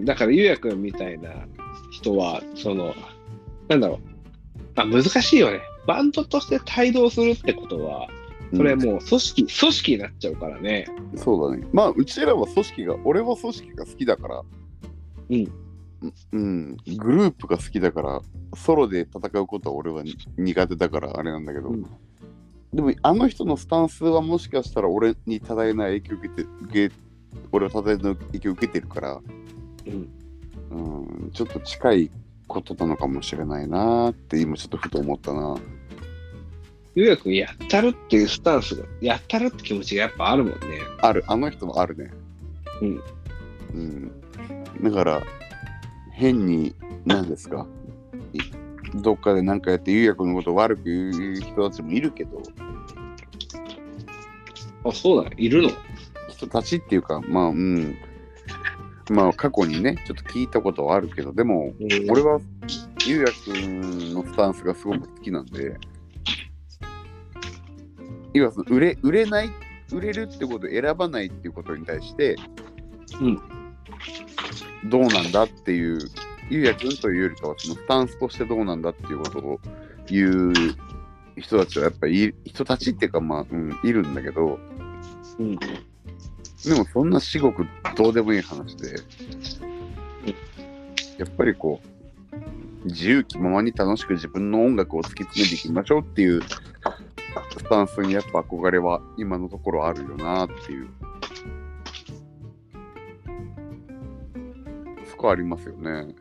S2: だから、ゆうやくんみたいな人は、その、なんだろう、まあ、難しいよね。バンドとして帯同するってことは、それはもう組織、組織になっちゃうからね。
S1: そうだね。まあ、うちらは組織が、俺は組織が好きだから、
S2: うん
S1: うん、グループが好きだから、ソロで戦うことは俺は苦手だからあれなんだけど、
S2: うん
S1: でもあの人のスタンスはもしかしたら俺に多大な影響を受けて受け俺は多大な影響を受けてるから、
S2: うん
S1: うん、ちょっと近いことなのかもしれないなーって今ちょっとふと思ったな
S2: ゆうやくんやったるっていうスタンスがやったるって気持ちがやっぱあるもんね
S1: あるあの人もあるね
S2: うん
S1: うん、だから変に何ですかいどっかで何かやって優也君のことを悪く言う人たちもいるけど
S2: あそうだいるの
S1: 人たちっていうかまあうんまあ過去にねちょっと聞いたことはあるけどでも俺は優也君のスタンスがすごく好きなんで要はその売れ売れない売れるってことを選ばないっていうことに対して、
S2: うん
S1: どうなんだっていう優也君というよりかはそのスタンスとしてどうなんだっていうことを言う人たちはやっぱりい人たちっていうかまあ、うん、いるんだけど
S2: うん
S1: でもそんな至極どうでもいい話でやっぱりこう自由気ままに楽しく自分の音楽を突き詰めていきましょうっていうスタンスにやっぱ憧れは今のところあるよなっていうそこはありますよねなんか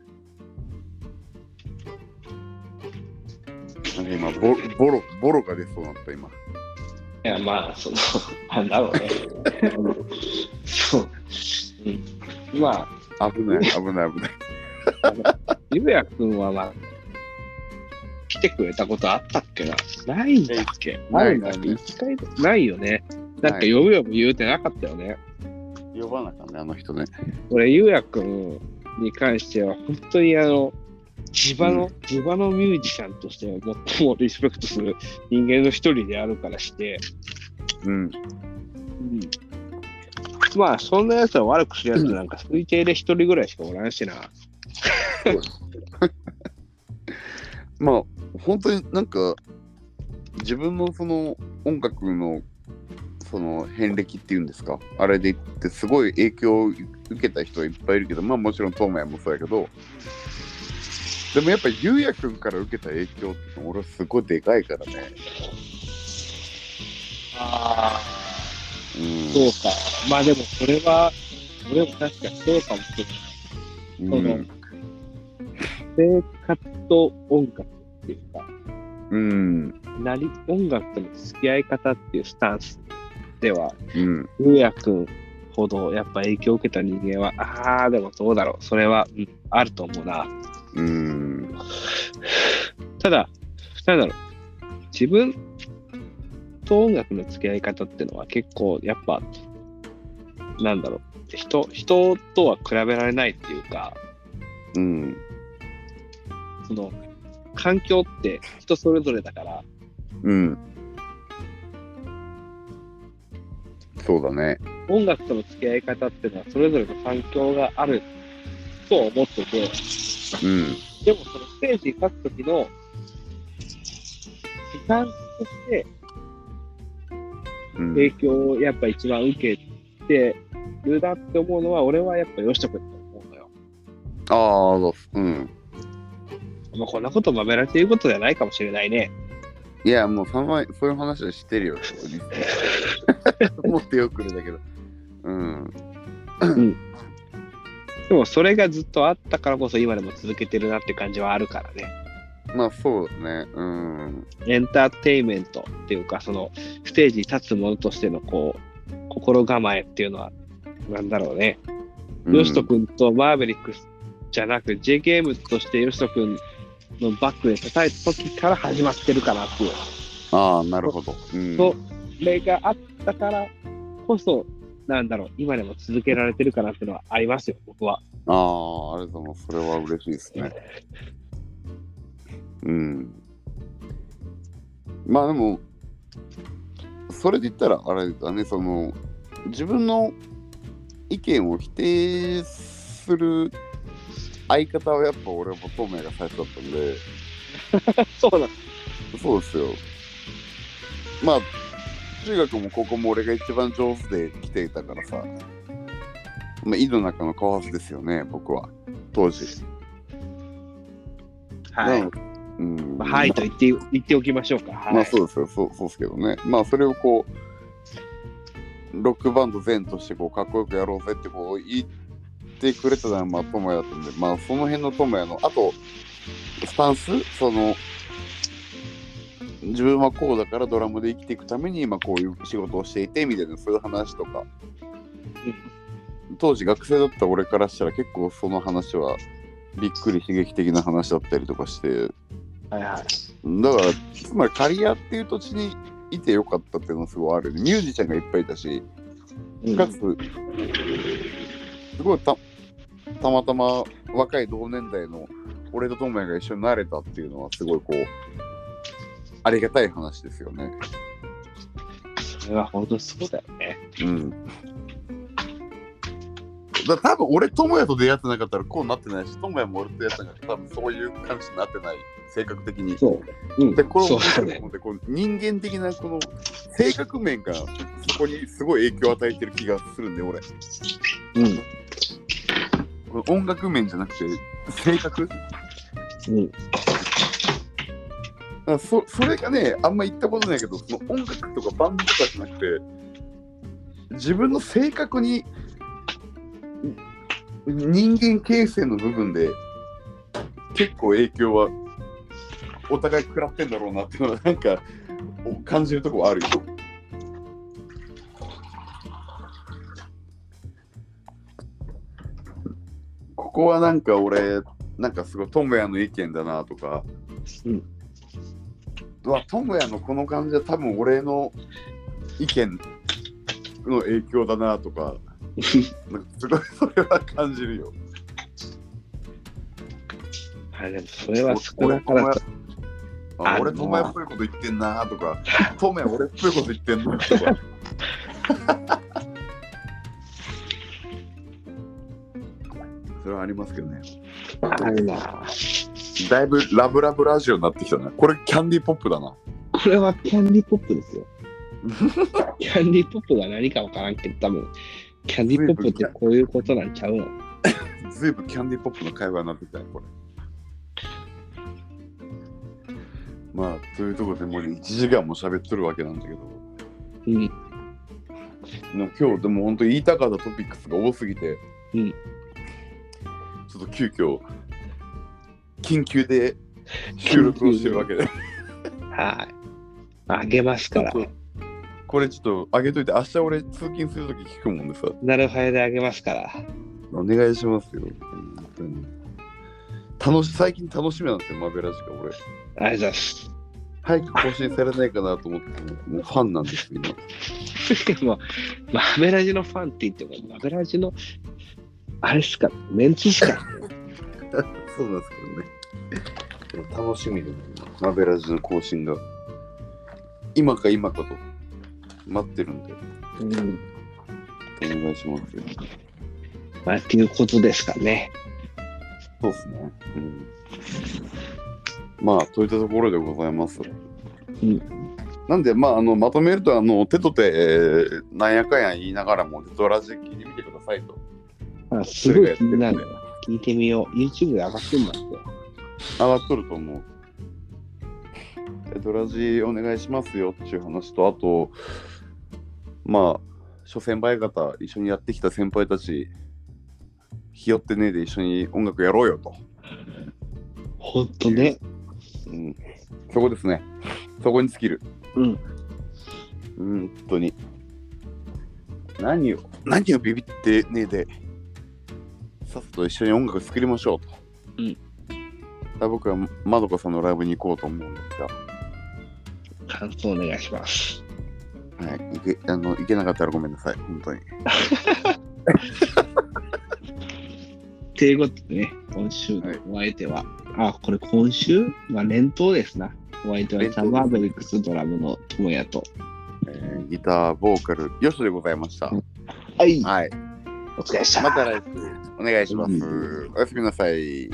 S1: 今ボボロボロが出そうになった今
S2: いや、まあ、その、 なんだろうね。そう。うん、まあ、
S1: 危ない危ない危ない
S2: ゆうやくんは、まあ、来てくれたことあったっけなないんだっけ
S1: ない
S2: あるんだっけ一回だないよね。なんか、呼ぶ呼ぶ言うてなかったよね。
S1: 呼ばなかったねあの人ね
S2: 俺、ゆうやくんに関しては、本当にあの、地場の、地場のミュージシャンとして最もリスペクトする人間の一人であるからして、
S1: うん
S2: うんまあそんなやつは悪くするやつなんか推定で一人ぐらいしかおらんしな。
S1: まあ本当になんか自分のその音楽のその遍歴っていうんですかあれで言ってすごい影響を受けた人いっぱいいるけどまあもちろんトーマヤもそうやけどでもやっぱゆうやくんから受けた影響って俺はすごいでかいからね
S2: あ
S1: うん
S2: そうか。まあでもそれは、俺も確かにそうかもしれな
S1: う
S2: い。その
S1: ん、
S2: 生活と音楽っていうか、
S1: うん
S2: なり音楽との付き合い方っていうスタンスでは、
S1: うん
S2: ゆうやくんほどやっぱ影響を受けた人間は、ああ、でもどうだろう。それは、うん、あると思うな。
S1: うん
S2: ただ、なんだろう、自分と音楽の付き合い方ってのは結構やっぱ、なんだろう、人人とは比べられないっていうか、
S1: うん
S2: その環境って人それぞれだから、
S1: うんそうだね
S2: 音楽との付き合い方ってのはそれぞれの環境があると思ってて、
S1: うん
S2: でもそのステージに立つ時の時間として
S1: うん
S2: 影響をやっぱ一番受けてるなって思うのは、俺はやっぱよしとくんだと思うのよ。
S1: ああうん
S2: まあ、こんなことまめらっていうことじゃないかもしれないね。
S1: いや、もう、たまにそういう話はしてるよ。もっとよくるんだけど。うん。
S2: でもそれがずっとあったからこそ今でも続けてるなって感じはあるからね。
S1: まあ、そうだね。うん。
S2: エンターテインメントっていうか、そのステージに立つものとしてのこう、心構えっていうのは、なんだろうね。
S1: うん
S2: ヨシト君とマーベリックスじゃなく、J ゲームとしてヨシト君のバックで叩いた時から始まってるかなっていう。
S1: ああ、なるほど。うん。
S2: そうそれがあったからこそ、なんだろう、今でも続けられてるかなっていうのはありますよ、僕は。
S1: ああ、ありがとうございます。それは嬉しいですね。うん。まあでも、それで言ったら、あれだね、その、自分の意見を否定する相方はやっぱ俺も透明が最初だったんで、
S2: そうなん
S1: そうですよ。まあ、中学も高校も俺が一番上手で来ていたからさ、まあ、井の中の蛙ですよね、僕は、当時。
S2: はい。
S1: なのうん
S2: まあはいと言って言っておきましょうか。はい
S1: まあそうですよそうそうですけどねまあそれをこうロックバンド全としてこうかっこよくやろうぜってこう言ってくれたのはまあ智也だったんでまあその辺の智也のあとスタンスその自分はこうだからドラムで生きていくために今こういう仕事をしていてみたいなそういう話とか当時学生だった俺からしたら結構その話はびっくり刺激的な話だったりとかして
S2: はいはい。
S1: だからつまり刈谷っていう土地にいてよかったっていうのはすごいあるよねミュージシャンがいっぱいいたし
S2: うん
S1: かつすごいたたまたま若い同年代の俺と友也が一緒になれたっていうのはすごいこうありがたい話ですよね。
S2: それは本当そうだよね。
S1: うんだ多分俺、友也と出会ってなかったらこうなってないし、友也も俺と出会ってなかったら多分そういう感じになってない、性格的に。
S2: そう。うん
S1: で、これ
S2: そ
S1: を
S2: うだね。
S1: でこの人間的なこの性格面がそこにすごい影響を与えてる気がするんで、俺。こ
S2: うん。
S1: の音楽面じゃなくて、性格だか
S2: うん。
S1: らそそれがね、あんま言ったことないけど、その音楽とかバンドとかじゃなくて、自分の性格に人間形成の部分で結構影響はお互い食らってんだろうなっていうのはなんかお感じるとこはあるよ。ここはなんか俺なんかすごいトムヤの意見だなとか、
S2: うん
S1: うわトムヤのこの感じは多分俺の意見の影響だなとかなんかすごいそれは感じるよ。
S2: あでもそれはそこだからこ
S1: あ
S2: あ
S1: 俺、トマヤっぽいこと言ってんなと か、トマヤ俺っぽいこと言ってんなとか。それはありますけどね。
S2: そあるな。
S1: だいぶラブラブラジオになってきたな。これ、キャンディーポップだな。
S2: これはキャンディーポップ ですよ。キャンディーポップが何かわからんけど、多分キャンディーポップってこういうことなんちゃうの。
S1: ずいぶんキャンディーポップの会話になってきたね、これ。まあ、というところでもう1時間も喋っとるわけなんだけど、
S2: うん。
S1: でも今日、でも本当に言いたかったトピックスが多すぎて、
S2: うん
S1: ちょっと急遽、緊急で収録をしてるわ けで、
S2: はい。あげますから。
S1: これちょっと上げといて、明日俺通勤するとき聞くもんでさ、
S2: なるファイであげますから。
S1: お願いしますよ。本当に楽し最近楽しみなんですよ、マベラジが俺。
S2: ありがとうございます。
S1: 早く更新されないかなと思って、もうファンなん ですよ、今。
S2: もう、マベラジのファンって言っても、マベラジの、あれっすか、メンツっすか。
S1: そうなんですけどね。楽しみで、マベラジの更新が、今か今かと待ってるんで、
S2: うん。
S1: お願いしますよ。
S2: まあ、っていうことですかね。
S1: そうですね。うん。まあ、といったところでございます。
S2: ん
S1: なんで、まあ、あのまとめると、あの手と手、えーなんやかんや言いながらも、テトラジ聞いてみてくださいと。
S2: あすごい気になる。聞いてみよう。YouTube で上がってんだって。
S1: 上がっとると思う。テトラジお願いしますよっていう話と、あと、まあ、諸先輩方、一緒にやってきた先輩たち、ひよってねえで一緒に音楽やろうよと。
S2: ほんとね。
S1: うん、そこですね。そこに尽きる。
S2: うん。
S1: うん本当に。何を、何をビビってねえで、さっさと一緒に音楽作りましょうと。
S2: うん。
S1: 僕はまどかさんのライブに行こうと思うんです
S2: 感想お願いします。
S1: が、はい、行けあの行けなかったらごめんなさい、本当に。
S2: ということでね、今週のお相手は、あ、これ今週まあ、連投ですな。お相手は
S1: 連投です
S2: サマーベリックスドラムの友也と。
S1: えーギター、ボーカル、よしでございました。
S2: はい、
S1: はい。
S2: お疲れ様でした。
S1: また来週、お願いします
S2: う。
S1: おやすみなさい。